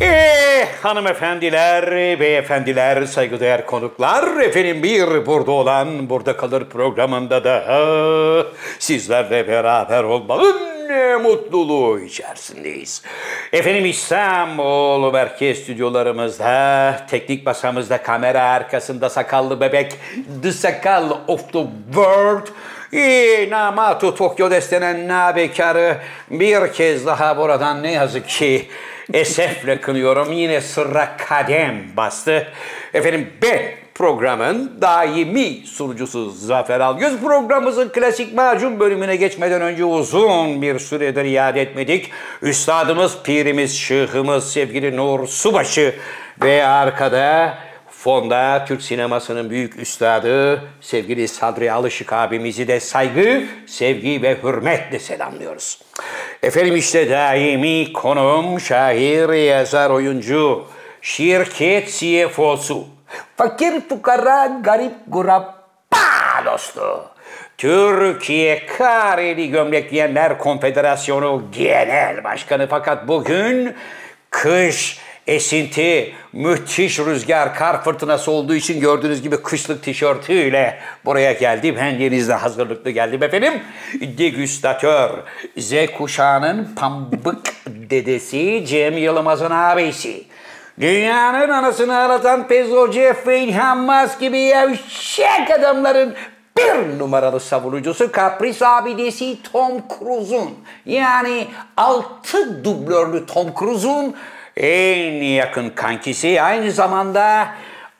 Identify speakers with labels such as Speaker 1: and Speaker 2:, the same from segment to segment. Speaker 1: Eh, Hanımefendiler, beyefendiler, saygıdeğer konuklar, efendim bir burada olan burada kalır programında da ha, sizlerle beraber olmanın ne mutluluğu içerisindeyiz. Efendim İstanbul Merkez Stüdyolarımızda, teknik masamızda, kamera arkasında sakallı bebek, The Sakal of the World, İnamatu Tokyo destenen nabekarı bir kez daha buradan ne yazık ki esefle kınıyorum. Yine sıra kadem bastı. Efendim B programın daimi sunucusu Zafer Algöz programımızın klasik macun bölümüne geçmeden önce uzun bir süredir iade etmedik. Üstadımız, pirimiz, şıhımız sevgili Nur Subaşı ve arkada Fonda Türk sinemasının büyük üstadı sevgili Sadri Alışık abimizi de saygı, sevgi ve hürmetle selamlıyoruz. Efendim işte daimi konuğum şair, yazar, oyuncu, şirket CFO'su, fakir fukara, garip guraba dostu. Türkiye Kareli Gömlek Giyenler Konfederasyonu Genel Başkanı fakat bugün kış esinti, müthiş rüzgar, kar fırtınası olduğu için gördüğünüz gibi kışlık tişörtüyle buraya geldim. Ben denizde hazırlıklı geldim efendim. Degüstatör, Z kuşağının pambık dedesi Cem Yılmaz'ın abisi. Dünyanın anasını ağlatan Pezo Jeffrey Hamas gibi yavşak adamların bir numaralı savunucusu kapris abidesi Tom Cruise'un yani altı dublörlü Tom Cruise'un en yakın kankisi aynı zamanda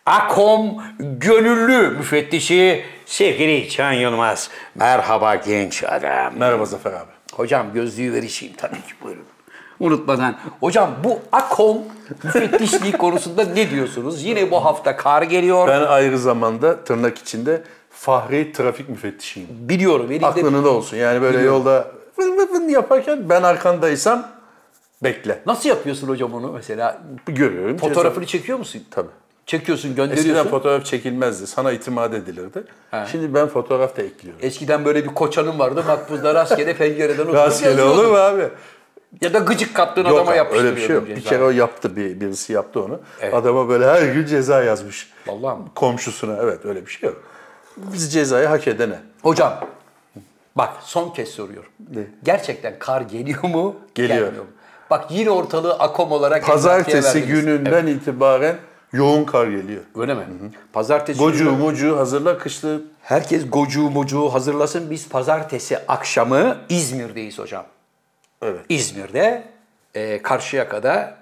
Speaker 1: Akom gönüllü müfettişi sevgili Can Yılmaz. Merhaba genç adam.
Speaker 2: Merhaba Zafer abi.
Speaker 1: Hocam gözlüğü verişeyim tabii ki buyurun. Unutmadan. Hocam bu AKOM müfettişliği konusunda ne diyorsunuz? Yine bu hafta kar geliyor.
Speaker 2: Ben ayrı zamanda tırnak içinde fahri trafik müfettişiyim.
Speaker 1: Biliyorum elinde
Speaker 2: Aklında olsun. Yani böyle yolda vın vın vın yaparken ben arkandaysam bekle.
Speaker 1: Nasıl yapıyorsun hocam onu mesela?
Speaker 2: Görüyorum.
Speaker 1: Fotoğrafını çekiyor musun?
Speaker 2: Tabii.
Speaker 1: Çekiyorsun, gönderiyorsun.
Speaker 2: Eskiden
Speaker 1: Eskiden,
Speaker 2: fotoğraf çekilmezdi. Sana itimat edilirdi. Şimdi ben fotoğraf da ekliyorum.
Speaker 1: E, böyle bir koçanım vardı. Makbuzda rastgele pencereden oturup
Speaker 2: Rastgele
Speaker 1: yazıyordun.
Speaker 2: olur mu abi?
Speaker 1: Ya da gıcık kaptığın adama
Speaker 2: abi,
Speaker 1: yapıştırıyordun.
Speaker 2: öyle bir şey yok. Bir
Speaker 1: cezayı.
Speaker 2: kere o yaptı, bir, birisi yaptı onu. Adama böyle her gün ceza yazmış.
Speaker 1: Vallahi mi?
Speaker 2: Komşusuna evet öyle bir şey yok. Biz cezayı hak edene.
Speaker 1: Hocam bak son kez soruyorum. Gerçekten kar geliyor mu?
Speaker 2: Geliyor.
Speaker 1: Gelmiyor mu? Bak yine ortalığı akom olarak
Speaker 2: Pazartesi
Speaker 1: emlakçıya verdiniz.
Speaker 2: gününden itibaren yoğun kar geliyor.
Speaker 1: Öyle mi? Pazartesi
Speaker 2: Gocu
Speaker 1: günü-
Speaker 2: mucu hazırla kışlı.
Speaker 1: Herkes gocuğu mocuğu hazırlasın. Biz pazartesi akşamı İzmir'deyiz hocam.
Speaker 2: Evet.
Speaker 1: İzmir'de e, Karşıyaka'da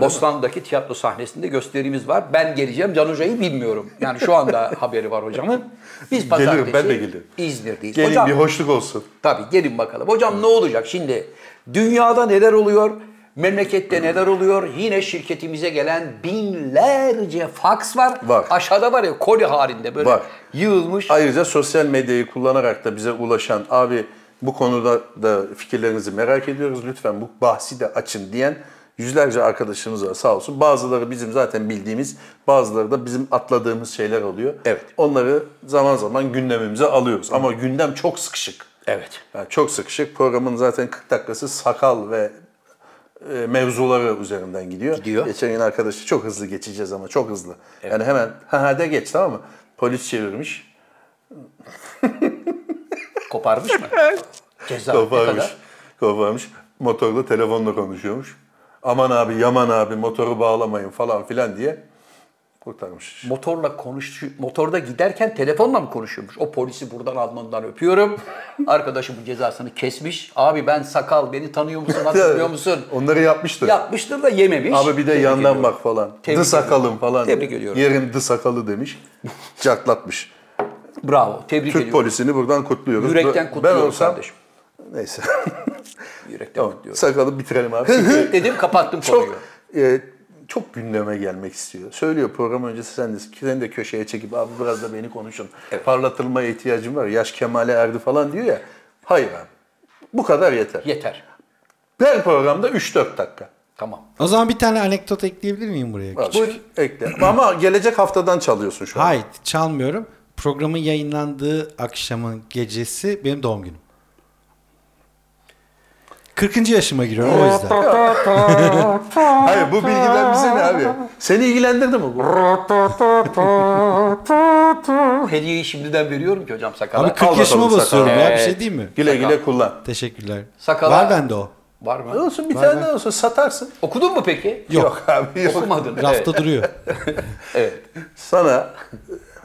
Speaker 1: Bostan'daki tiyatro sahnesinde gösterimiz var. Ben geleceğim. Can Hoca'yı bilmiyorum. Yani şu anda haberi var hocamın. Biz pazartesi
Speaker 2: Gelirim, ben de gelirim.
Speaker 1: İzmir'deyiz.
Speaker 2: Gelin
Speaker 1: hocam,
Speaker 2: bir hoşluk olsun.
Speaker 1: Tabii gelin bakalım. Hocam ne olacak şimdi? Dünyada neler oluyor? Memlekette neler oluyor? Yine şirketimize gelen binlerce faks var.
Speaker 2: Var.
Speaker 1: Aşağıda var ya koli halinde böyle
Speaker 2: Var.
Speaker 1: yığılmış.
Speaker 2: Ayrıca sosyal medyayı kullanarak da bize ulaşan abi bu konuda da fikirlerinizi merak ediyoruz. Lütfen bu bahsi de açın diyen yüzlerce arkadaşımız var sağ olsun. Bazıları bizim zaten bildiğimiz, bazıları da bizim atladığımız şeyler oluyor.
Speaker 1: Evet.
Speaker 2: Onları zaman zaman gündemimize alıyoruz. Ama gündem çok sıkışık.
Speaker 1: Evet.
Speaker 2: Yani çok sıkışık. Programın zaten 40 dakikası sakal ve e, mevzuları üzerinden gidiyor.
Speaker 1: Gidiyor.
Speaker 2: Geçen gün arkadaşı çok hızlı geçeceğiz ama çok hızlı. Yani hemen ha ha de geç tamam mı? Polis çevirmiş.
Speaker 1: Koparmış mı? Ceza. ne
Speaker 2: Koparmış.
Speaker 1: kadar?
Speaker 2: Koparmış. Motorla telefonla konuşuyormuş. Aman abi yaman abi motoru bağlamayın falan filan diye kurtarmış.
Speaker 1: Motorla konuş motorda giderken telefonla mı konuşuyormuş? O polisi buradan alnından öpüyorum. Arkadaşım bu cezasını kesmiş. Abi ben sakal beni tanıyor musun hatırlıyor musun?
Speaker 2: Onları yapmıştır.
Speaker 1: Yapmıştır da yememiş.
Speaker 2: Abi bir de
Speaker 1: Tebrik
Speaker 2: yandan
Speaker 1: ediyorum.
Speaker 2: bak falan.
Speaker 1: Tebrik
Speaker 2: dı sakalım falan.
Speaker 1: Tebrik
Speaker 2: diye.
Speaker 1: ediyorum.
Speaker 2: Yerim dı sakalı demiş. Çatlatmış.
Speaker 1: Bravo. Tebrik
Speaker 2: Türk
Speaker 1: ediyorum.
Speaker 2: polisini buradan kutluyoruz.
Speaker 1: Yürekten kutluyorum
Speaker 2: ben olsam,
Speaker 1: kardeşim.
Speaker 2: Neyse.
Speaker 1: Yürekten
Speaker 2: tamam.
Speaker 1: kutluyorum.
Speaker 2: Sakalı bitirelim abi.
Speaker 1: dedim kapattım konuyu.
Speaker 2: çok e, çok gündeme gelmek istiyor. Söylüyor program öncesi sen de, seni de köşeye çekip abi biraz da beni konuşun. Parlatılmaya ihtiyacım var. Yaş kemale erdi falan diyor ya. Hayır abi. Bu kadar yeter.
Speaker 1: Yeter.
Speaker 2: Her programda 3-4 dakika.
Speaker 1: Tamam.
Speaker 3: O zaman bir tane anekdot ekleyebilir miyim buraya?
Speaker 2: Buyur. Ekle. Ama gelecek haftadan çalıyorsun şu an.
Speaker 3: Hayır çalmıyorum. Programın yayınlandığı akşamın gecesi benim doğum günüm. 40. yaşıma giriyorum o yüzden.
Speaker 1: Ee,
Speaker 2: Hayır bu bilgiler bize ne abi? Seni ilgilendirdi mi? bu?
Speaker 1: Hediyeyi şimdiden veriyorum ki hocam sakala.
Speaker 3: Abi 40 yaşıma
Speaker 2: bakalım
Speaker 3: basıyorum
Speaker 1: sakal.
Speaker 3: ya bir
Speaker 1: Evet.
Speaker 3: şey değil mi?
Speaker 2: Güle güle kullan.
Speaker 3: Teşekkürler.
Speaker 1: Sakala-
Speaker 3: Var bende o.
Speaker 1: Var
Speaker 2: Ne
Speaker 1: mı?
Speaker 2: olsun bir tane daha olsa satarsın.
Speaker 1: Okudun mu peki?
Speaker 3: Yok.
Speaker 2: abi yok.
Speaker 1: Okumadın.
Speaker 3: Rafta duruyor.
Speaker 1: Evet.
Speaker 2: Sana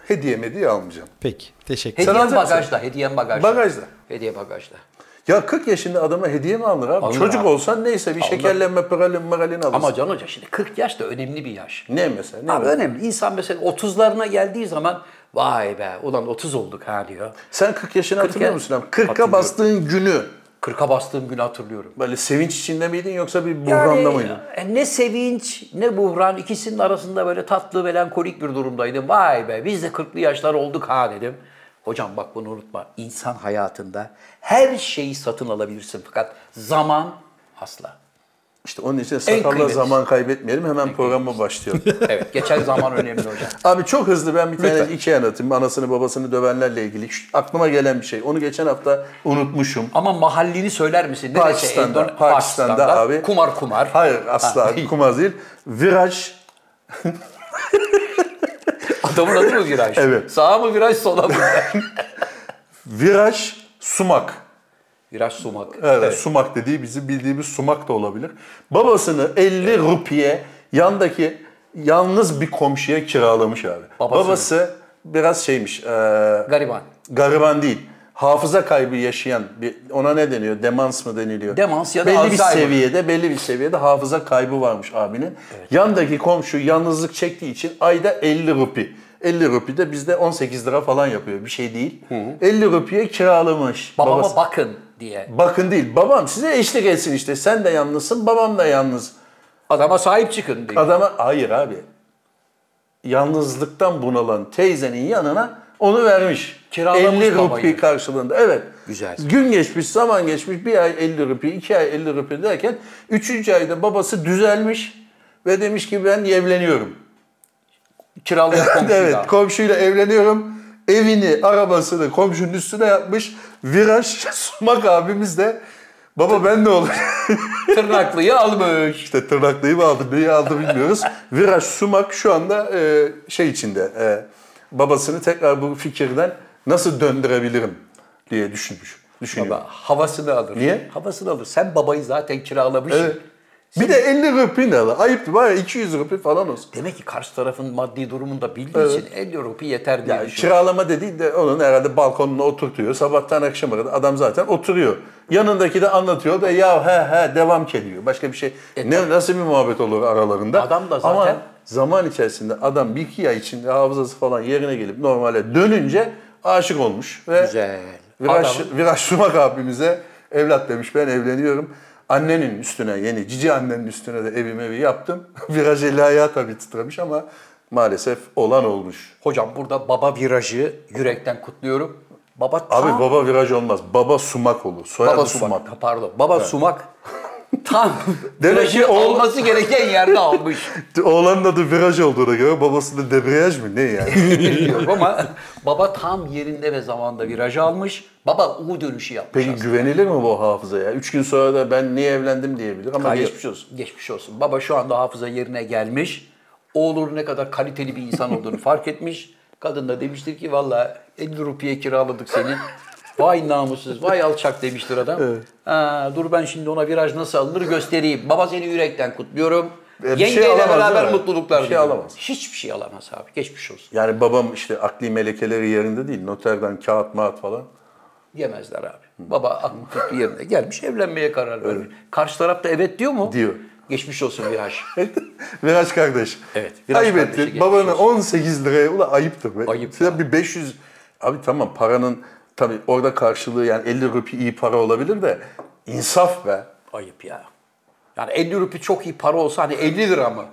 Speaker 2: hediye mediye almayacağım.
Speaker 3: Peki. Teşekkür
Speaker 2: Sen
Speaker 1: Hediyen
Speaker 2: alacak mısın?
Speaker 1: bagajda, hediyen bagajda.
Speaker 2: Bagajda.
Speaker 1: Hediye bagajda.
Speaker 2: Ya 40 yaşında adama hediye mi alınır abi?
Speaker 1: Alınır
Speaker 2: Çocuk
Speaker 1: abi.
Speaker 2: olsan neyse bir şekerlenme, pıralin, maralin alırsın.
Speaker 1: Ama Can Hoca şimdi 40 yaş da önemli bir yaş.
Speaker 2: ne mesela? Ne
Speaker 1: Abi
Speaker 2: mesela?
Speaker 1: önemli. İnsan mesela 30'larına geldiği zaman vay be ulan 30 olduk ha diyor.
Speaker 2: Sen 40 yaşını hatırlıyor
Speaker 1: ya-
Speaker 2: musun abi?
Speaker 1: Hatırlıyorum.
Speaker 2: 40'a bastığın günü
Speaker 1: 40'a bastığım günü hatırlıyorum.
Speaker 2: böyle sevinç içinde miydin yoksa bir buhranda mıydın?
Speaker 1: e, ne sevinç ne buhran ikisinin arasında böyle tatlı melankolik bir durumdaydım. Vay be biz de 40'lı yaşlar olduk ha dedim. Hocam bak bunu unutma. İnsan hayatında her şeyi satın alabilirsin fakat zaman asla.
Speaker 2: İşte onun için sakalla
Speaker 1: kıymetli.
Speaker 2: zaman kaybetmeyelim. Hemen programa başlıyorum.
Speaker 1: Evet geçen zaman önemli hocam.
Speaker 2: Abi çok hızlı ben bir tane
Speaker 1: Lütfen.
Speaker 2: iki anlatayım. Anasını babasını dövenlerle ilgili. Şu aklıma gelen bir şey. Onu geçen hafta unutmuşum.
Speaker 1: Ama mahallini söyler misin? Neresi?
Speaker 2: Pakistan'da,
Speaker 1: Endone-
Speaker 2: şey, Pakistan'da abi.
Speaker 1: Kumar kumar.
Speaker 2: Hayır asla
Speaker 1: Ha.
Speaker 2: kumaz değil. Viraj
Speaker 1: Adamın adı mı viraj?
Speaker 2: Evet.
Speaker 1: Sağa mı viraj sola mı?
Speaker 2: Viraj sumak.
Speaker 1: viraj sumak.
Speaker 2: Evet, Sumak dediği bizim bildiğimiz sumak da olabilir. Babasını 50 rupiye yandaki yalnız bir komşuya kiralamış abi.
Speaker 1: Babasını.
Speaker 2: Babası biraz şeymiş, e,
Speaker 1: Gariban.
Speaker 2: gariban değil. Hafıza kaybı yaşayan bir ona ne deniyor? Demans mı deniliyor?
Speaker 1: Demans ya da
Speaker 2: belli
Speaker 1: Alzheimer.
Speaker 2: bir seviyede, belli bir seviyede hafıza kaybı varmış abinin. Yandaki komşu yalnızlık çektiği için ayda 50 rupi. 50 rupi de bizde 18 lira falan yapıyor. Bir şey değil. 50 rupiye kiralamış.
Speaker 1: Babama
Speaker 2: babası.
Speaker 1: bakın diye.
Speaker 2: Bakın değil. Babam size eşlik etsin işte. Sen de yalnızsın, babam da yalnız.
Speaker 1: Adama sahip çıkın diye.
Speaker 2: Adama hayır abi. Yalnızlıktan bunalan teyzenin yanına onu vermiş.
Speaker 1: Kiralamış
Speaker 2: 50
Speaker 1: babayı.
Speaker 2: rupi karşılığında. Evet.
Speaker 1: Güzel.
Speaker 2: Gün geçmiş, zaman geçmiş. Bir ay 50 rupi, iki ay 50 rupi derken üçüncü ayda babası düzelmiş ve demiş ki ben evleniyorum.
Speaker 1: Kiralayan komşuyla.
Speaker 2: evet, komşuyla evleniyorum. Evini, arabasını komşunun üstüne yapmış. Viraj Sumak abimiz de baba ben ne olur?
Speaker 1: Tırnaklıyı almış.
Speaker 2: İşte tırnaklıyı mı aldı, neyi aldı bilmiyoruz. Viraj Sumak şu anda e, şey içinde, e, babasını tekrar bu fikirden nasıl döndürebilirim diye düşünmüş. Düşünüyor.
Speaker 1: Baba havasını alır.
Speaker 2: Niye?
Speaker 1: Havasını alır. Sen babayı zaten kiralamışsın.
Speaker 2: Evet. E, Bir de 50 rupi ne lan? Ayıp var ya 200 rupi falan olsun.
Speaker 1: Demek ki karşı tarafın maddi durumunu da bildiği için 50 rupi yeter diye
Speaker 2: Yani
Speaker 1: düşünüyor.
Speaker 2: kiralama dediği de onun herhalde balkonuna oturtuyor. Sabahtan akşama kadar adam zaten oturuyor. Yanındaki de anlatıyor da ya he he devam ki diyor. Başka bir şey. ne, nasıl bir muhabbet olur aralarında?
Speaker 1: E, Adam da zaten-
Speaker 2: Ama zaman içerisinde adam bir iki ay içinde hafızası falan yerine gelip normale dönünce aşık olmuş. Ve
Speaker 1: Güzel.
Speaker 2: Viraj,
Speaker 1: Adamın-
Speaker 2: Viraj Sumak abimize evlat demiş ben evleniyorum. Annenin üstüne yeni cici annenin üstüne de evimi evi yaptım. Viraj eli ayağı tabii titremiş ama maalesef olan olmuş.
Speaker 1: Hocam burada baba virajı yürekten kutluyorum. Baba tam
Speaker 2: Abi baba viraj olmaz. Baba sumak olur. Soyadı
Speaker 1: Baba
Speaker 2: sumak.
Speaker 1: sumak. Pardon. Baba sumak tam
Speaker 2: Demek ki
Speaker 1: virajı
Speaker 2: oğul-
Speaker 1: olması gereken yerde almış.
Speaker 2: Oğlanın adı viraj olduğuna göre babasının debriyaj mı ne yani?
Speaker 1: Bilmiyorum ama baba tam yerinde ve zamanda virajı almış. Baba U dönüşü yapmış.
Speaker 2: Peki güvenilir mi bu hafızaya? Üç gün sonra da ben niye evlendim diyebilir ama
Speaker 1: Hayır.
Speaker 2: geçmiş olsun.
Speaker 1: Geçmiş olsun. Baba şu anda hafıza yerine gelmiş. Oğlunun ne kadar kaliteli bir insan olduğunu fark etmiş. Kadın da demiştir ki valla 50 rupiye kiraladık seni. Vay namussuz, vay alçak demiştir adam. Ha, dur ben şimdi ona viraj nasıl alınır göstereyim. Baba seni yürekten kutluyorum.
Speaker 2: E, bir şey
Speaker 1: Yengeyle
Speaker 2: alamaz
Speaker 1: beraber
Speaker 2: değil mi?
Speaker 1: mutluluklar
Speaker 2: Bir şey
Speaker 1: diliyorum.
Speaker 2: alamaz.
Speaker 1: Hiçbir şey alamaz abi. Geçmiş olsun.
Speaker 2: Yani babam işte akli melekeleri yerinde değil. Noterden kağıt mağat falan.
Speaker 1: Yemezler abi. Baba aklı fikri yerine gelmiş evlenmeye karar vermiş. Karşı taraf da evet diyor mu?
Speaker 2: Diyor.
Speaker 1: Geçmiş olsun viraj.
Speaker 2: Viraj kardeş.
Speaker 1: Evet, viraj
Speaker 2: Ayıp
Speaker 1: kardeşi
Speaker 2: ettin.
Speaker 1: geçmiş
Speaker 2: Babanı 18 liraya ula ayıptır be.
Speaker 1: Ayıp
Speaker 2: Sen
Speaker 1: ya.
Speaker 2: bir 500 abi tamam paranın tabii orada karşılığı yani 50 rupi iyi para olabilir de insaf be.
Speaker 1: Ayıp ya. Yani 50 rupi çok iyi para olsa hani 50 lira mı?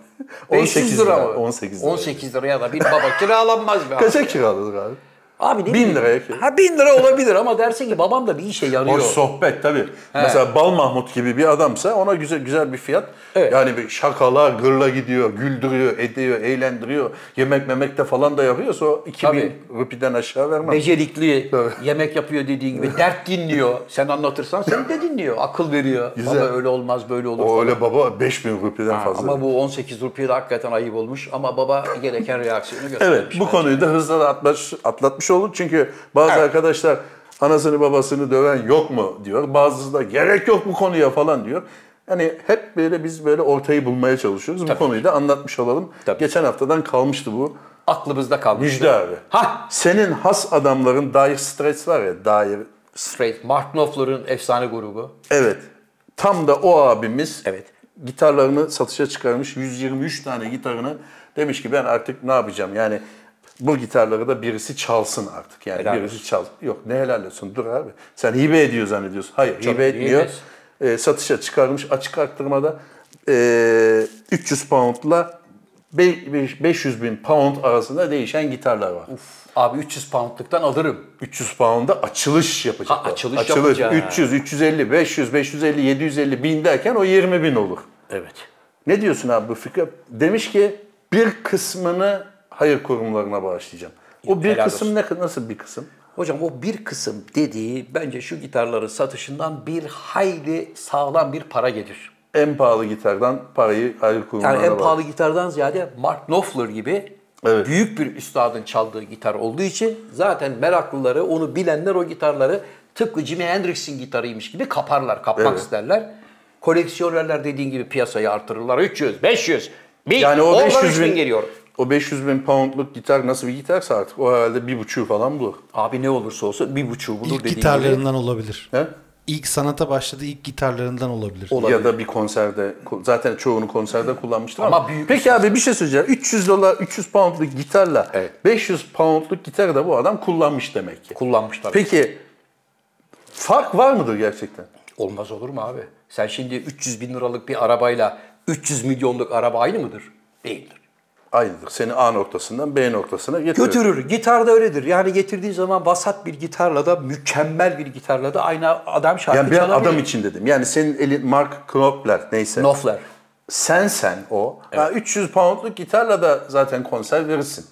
Speaker 1: 500 lira,
Speaker 2: lira,
Speaker 1: mı?
Speaker 2: 18 lira.
Speaker 1: 18 liraya da bir baba kiralanmaz be abi.
Speaker 2: Kaça kiraladın abi?
Speaker 1: Abi ne
Speaker 2: Bin
Speaker 1: bileyim.
Speaker 2: liraya ki.
Speaker 1: Ha bin lira olabilir ama dersin ki babam da bir işe yarıyor.
Speaker 2: O sohbet tabii. Mesela Bal Mahmut gibi bir adamsa ona güzel güzel bir fiyat.
Speaker 1: Evet.
Speaker 2: Yani bir şakalar gırla gidiyor, güldürüyor, ediyor, eğlendiriyor. Yemek memekte falan da yapıyorsa o 2000
Speaker 1: Tabii.
Speaker 2: rupiden aşağı vermez.
Speaker 1: Becerikli, yemek yapıyor dediğin gibi, dert dinliyor. Sen anlatırsan seni de dinliyor, akıl veriyor.
Speaker 2: Güzel.
Speaker 1: Baba öyle olmaz, böyle olur.
Speaker 2: o öyle baba 5000 rupiden fazla.
Speaker 1: Ama bu 18 rupiye de hakikaten ayıp olmuş ama baba gereken reaksiyonu göstermiş.
Speaker 2: Evet, bu konuyu da hızla da atlatmış, atlatmış olduk. Çünkü bazı arkadaşlar anasını babasını döven yok mu diyor. Bazısı da gerek yok bu konuya falan diyor. Yani hep böyle biz böyle ortayı bulmaya çalışıyoruz. Bu konuyu da anlatmış olalım.
Speaker 1: Tabii.
Speaker 2: Geçen haftadan kalmıştı bu.
Speaker 1: Aklımızda kalmış.
Speaker 2: Müjde abi.
Speaker 1: Hah!
Speaker 2: Senin has adamların dair stres var ya, dair.
Speaker 1: Straight, Mark Knopfler'ın efsane grubu.
Speaker 2: Evet. Tam da o abimiz
Speaker 1: Evet.
Speaker 2: gitarlarını satışa çıkarmış. 123 tane gitarını demiş ki ben artık ne yapacağım? Yani bu gitarları da birisi çalsın artık. Yani
Speaker 1: Helal
Speaker 2: birisi çal. Yok ne helal olsun dur abi. Sen hibe ediyor zannediyorsun. Hayır
Speaker 1: Çok
Speaker 2: hibe etmiyor.
Speaker 1: hibes.
Speaker 2: Ee, satışa çıkarmış açık arttırmada ee, 300 poundla be- be- 500 bin pound arasında değişen gitarlar var.
Speaker 1: Abi 300 poundluktan alırım.
Speaker 2: 300 pound'a açılış yapacak.
Speaker 1: Ha, açılış yapacak.
Speaker 2: 300, 350, 500, 550, 750 bin derken o 20 bin olur.
Speaker 1: Evet.
Speaker 2: Ne diyorsun abi bu fikre? Demiş ki bir kısmını hayır kurumlarına bağışlayacağım. O bir
Speaker 1: Helal
Speaker 2: kısım ne nasıl bir kısım?
Speaker 1: Hocam o bir kısım dediği bence şu gitarların satışından bir hayli sağlam bir para gelir.
Speaker 2: En pahalı gitardan parayı hayır kurumlarına
Speaker 1: Yani en
Speaker 2: bağışlayacağım.
Speaker 1: pahalı gitardan ziyade Mark Knopfler gibi
Speaker 2: Evet.
Speaker 1: büyük bir üstadın çaldığı gitar olduğu için zaten meraklıları, onu bilenler o gitarları tıpkı Jimi Hendrix'in gitarıymış gibi kaparlar, kapmak
Speaker 2: Evet.
Speaker 1: isterler. Koleksiyonerler dediğin gibi piyasayı artırırlar. 300, 500, 1000,
Speaker 2: Yani o 500
Speaker 1: 3000
Speaker 2: bin,
Speaker 1: geliyor.
Speaker 2: O 500 bin poundluk gitar nasıl bir gitarsa artık o herhalde bir buçuğu falan bulur.
Speaker 1: Abi ne olursa olsun bir buçuğu bulur
Speaker 3: İlk
Speaker 1: dediğin gibi.
Speaker 3: gitarlarından olabilir.
Speaker 2: He?
Speaker 3: İlk sanata başladığı ilk gitarlarından olabilir.
Speaker 2: Ya da bir konserde. Zaten çoğunu konserde kullanmıştım ama.
Speaker 1: Ama büyük
Speaker 2: Peki abi bir şey söyleyeceğim. 300 dolar, 300 poundluk gitarla
Speaker 1: Evet.
Speaker 2: 500 poundluk gitarı da bu adam kullanmış demek ki.
Speaker 1: Kullanmış tabii.
Speaker 2: Peki fark var mıdır gerçekten?
Speaker 1: Olmaz olur mu abi? Sen şimdi 300 bin liralık bir arabayla 300 milyonluk araba aynı mıdır? Değildir.
Speaker 2: Aynıdır. Seni A noktasından B noktasına götürür.
Speaker 1: Götürür. Gitar da öyledir. Yani getirdiği zaman vasat bir gitarla da mükemmel bir gitarla da aynı adam şarkı
Speaker 2: Yani ben
Speaker 1: çalabilir.
Speaker 2: adam için dedim. Yani senin elin Mark Knopfler neyse.
Speaker 1: Knopfler.
Speaker 2: Sen sen o. Ha, 300 poundluk gitarla da zaten konser verirsin.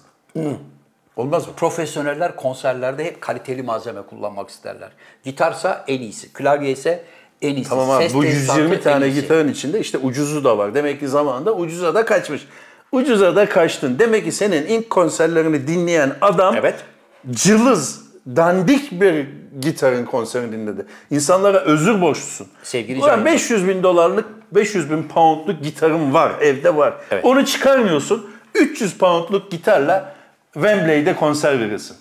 Speaker 2: Olmaz mı?
Speaker 1: Profesyoneller konserlerde hep kaliteli malzeme kullanmak isterler. Gitarsa en iyisi. Klavye ise en iyisi.
Speaker 2: Tamam abi
Speaker 1: Ses
Speaker 2: bu
Speaker 1: tesisatı
Speaker 2: 120
Speaker 1: en
Speaker 2: tane
Speaker 1: iyisi.
Speaker 2: gitarın içinde işte ucuzu da var. Demek ki zamanında ucuza da kaçmış. Ucuza da kaçtın. Demek ki senin ilk konserlerini dinleyen adam
Speaker 1: Evet.
Speaker 2: cılız, dandik bir gitarın konserini dinledi. İnsanlara özür borçlusun.
Speaker 1: Sevgili
Speaker 2: Ulan
Speaker 1: Can Yılmaz.
Speaker 2: 500 bin dolarlık, 500 bin poundluk gitarım var, evde var.
Speaker 1: Evet.
Speaker 2: Onu çıkarmıyorsun. 300 poundluk gitarla Wembley'de konser verirsin.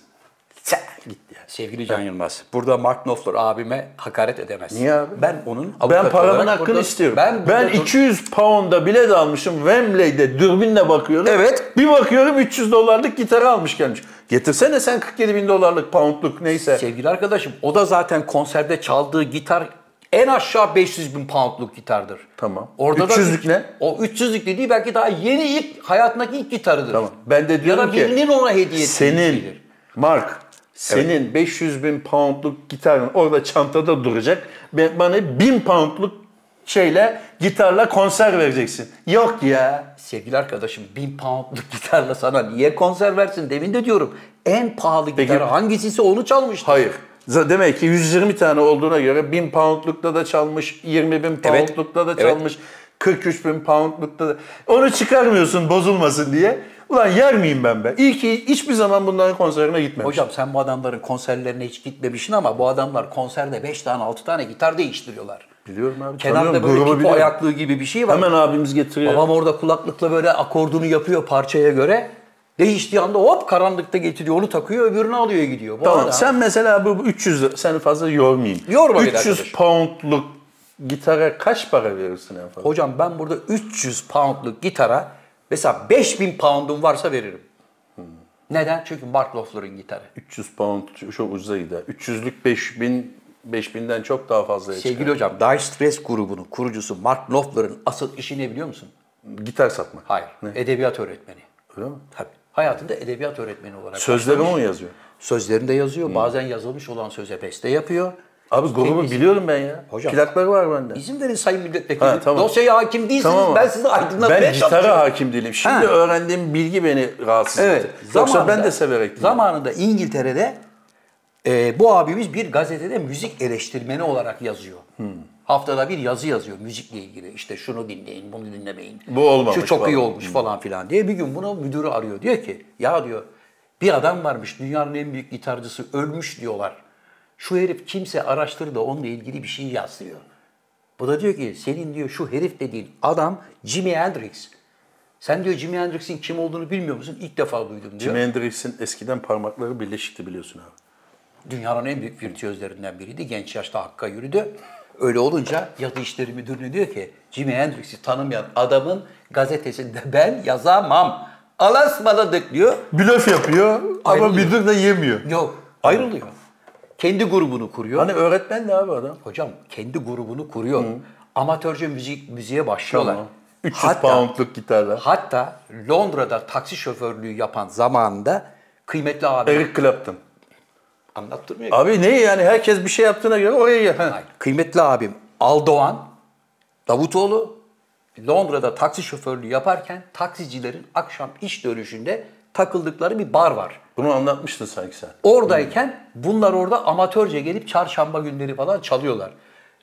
Speaker 1: Sen gitti ya. Sevgili Can Yılmaz. Burada Mark Knopfler abime hakaret edemez.
Speaker 2: Niye abi?
Speaker 1: Ben onun
Speaker 2: Ben
Speaker 1: avukatı
Speaker 2: paramın
Speaker 1: olarak
Speaker 2: hakkını
Speaker 1: burada-
Speaker 2: istiyorum.
Speaker 1: Ben,
Speaker 2: Ben,
Speaker 1: burada dur-
Speaker 2: 200 pound'a bilet almışım. Wembley'de dürbünle bakıyorum.
Speaker 1: Evet.
Speaker 2: Bir bakıyorum 300 dolarlık gitarı almış gelmiş. Getirsene sen 47 bin dolarlık poundluk neyse.
Speaker 1: Sevgili arkadaşım o da zaten konserde çaldığı gitar en aşağı 500 bin poundluk gitardır.
Speaker 2: Tamam.
Speaker 1: Orada
Speaker 2: 300'lük
Speaker 1: da,
Speaker 2: ne?
Speaker 1: O 300'lük dediği belki daha yeni ilk hayatındaki ilk gitarıdır.
Speaker 2: Tamam. Ben de
Speaker 1: Ya
Speaker 2: diyorum
Speaker 1: da
Speaker 2: ki
Speaker 1: birinin ona hediye ettiği
Speaker 2: senin
Speaker 1: şeydir.
Speaker 2: Mark senin 500 bin poundluk gitarın orada çantada duracak. Ben, bana 1000 poundluk şeyle gitarla konser vereceksin. Yok ya.
Speaker 1: Sevgili arkadaşım 1000 poundluk gitarla sana niye konser versin? Demin de diyorum en pahalı gitarı hangisiyse onu çalmıştır.
Speaker 2: Hayır. Z- Demek ki 120 tane olduğuna göre 1000 poundlukla da çalmış, 20 bin
Speaker 1: Evet.
Speaker 2: poundlukla da
Speaker 1: Evet.
Speaker 2: çalmış, 43 bin poundlukla da. Onu çıkarmıyorsun bozulmasın diye. Ulan yer miyim ben be? İyi ki hiçbir zaman bunların konserine gitmemiş.
Speaker 1: Hocam sen bu adamların konserlerine hiç gitmemişsin ama bu adamlar konserde 5 tane 6 tane gitar değiştiriyorlar.
Speaker 2: Biliyorum abi.
Speaker 1: Kenarda
Speaker 2: tanıyorum,
Speaker 1: böyle
Speaker 2: grubu
Speaker 1: pipo
Speaker 2: biliyorum.
Speaker 1: ayaklığı gibi bir şey var.
Speaker 2: Hemen abimiz getiriyor.
Speaker 1: Babam orada kulaklıkla böyle akordunu yapıyor parçaya göre. Değiştiği anda hop karanlıkta getiriyor onu takıyor öbürünü alıyor gidiyor. Bu
Speaker 2: Tamam.
Speaker 1: arada-
Speaker 2: Sen mesela bu bu 300 seni fazla yormayayım.
Speaker 1: Yorma beni
Speaker 2: 300
Speaker 1: arkadaşım.
Speaker 2: poundluk gitara kaç para verirsin en fazla?
Speaker 1: Hocam ben burada 300 poundluk gitara mesela 5000 poundum varsa veririm. Neden? Çünkü Mark Knopfler'ın gitarı.
Speaker 2: 300 pound çok ucuza gider. 300'lük 5000 5000'den çok daha fazla
Speaker 1: Sevgili hocam, Die Stress grubunun kurucusu Mark Knopfler'ın asıl işi ne biliyor musun?
Speaker 2: Gitar satmak.
Speaker 1: Hayır, edebiyat öğretmeni.
Speaker 2: Öyle mi?
Speaker 1: Tabii. Hayatında edebiyat öğretmeni olarak.
Speaker 2: Sözlerimi mi yazıyor?
Speaker 1: Sözlerinde yazıyor. Bazen yazılmış olan söze beste yapıyor.
Speaker 2: Abi grubu biliyorum ben ya.
Speaker 1: Şey, Hocam-
Speaker 2: Plakları var bende.
Speaker 1: İzin verin sayın milletvekili.
Speaker 2: Ha, tamam.
Speaker 1: Dosyaya hakim değilsiniz.
Speaker 2: Tamam mı?
Speaker 1: Ben sizi aydınlatmaya
Speaker 2: Ben
Speaker 1: çalışıyorum.
Speaker 2: gitara hakim değilim. Şimdi
Speaker 1: Ha.
Speaker 2: öğrendiğim bilgi beni rahatsız
Speaker 1: Evet.
Speaker 2: etti. Yoksa ben de severek dinlerim.
Speaker 1: Zamanında İngiltere'de e, bu abimiz bir gazetede müzik eleştirmeni olarak yazıyor.
Speaker 2: Hmm.
Speaker 1: Haftada bir yazı yazıyor müzikle ilgili. İşte şunu dinleyin, bunu dinlemeyin.
Speaker 2: Bu olmamış
Speaker 1: Şu çok iyi
Speaker 2: falan. Hmm.
Speaker 1: olmuş falan filan diye. Bir gün bunu müdürü arıyor. Diyor ki ya diyor bir adam varmış dünyanın en büyük gitarcısı ölmüş diyorlar. Şu herif kimse araştır da onunla ilgili bir şey yaz diyor. Bu da diyor ki senin diyor şu herif dediğin adam Jimi Hendrix. Sen diyor Jimi Hendrix'in kim olduğunu bilmiyor musun? İlk defa duydum diyor.
Speaker 2: Jimi Hendrix'in eskiden parmakları birleşikti biliyorsun abi.
Speaker 1: Dünyanın en büyük virtüözlerinden biriydi. Genç yaşta Hakk'a yürüdü. Öyle olunca Yazı İşleri Müdürlüğü diyor ki Jimi Hendrix'i tanımayan adamın gazetesinde ben yazamam. Alasmaladık diyor.
Speaker 2: Blöf yapıyor ama
Speaker 1: Ayrılıyor.
Speaker 2: müdür de yemiyor.
Speaker 1: Yok ayrılıyor. Kendi grubunu kuruyor.
Speaker 2: Hani öğretmen de abi adam.
Speaker 1: Hocam kendi grubunu kuruyor. Amatörce müzik müziğe başlıyorlar.
Speaker 2: Tamam. 300
Speaker 1: Hatta-
Speaker 2: poundluk gitarla.
Speaker 1: Hatta Londra'da taksi şoförlüğü yapan zamanında kıymetli abi
Speaker 2: Eric Clapton.
Speaker 1: anlattırmıyor.
Speaker 2: Abi ne yani herkes bir şey yaptığına göre oraya gel. Ha.
Speaker 1: Hayır. Kıymetli abim Aldoğan Davutoğlu Londra'da taksi şoförlüğü yaparken taksicilerin akşam iş dönüşünde takıldıkları bir bar var.
Speaker 2: Bunu anlatmıştın sanki sen.
Speaker 1: Oradayken bunlar orada amatörce gelip çarşamba günleri falan çalıyorlar.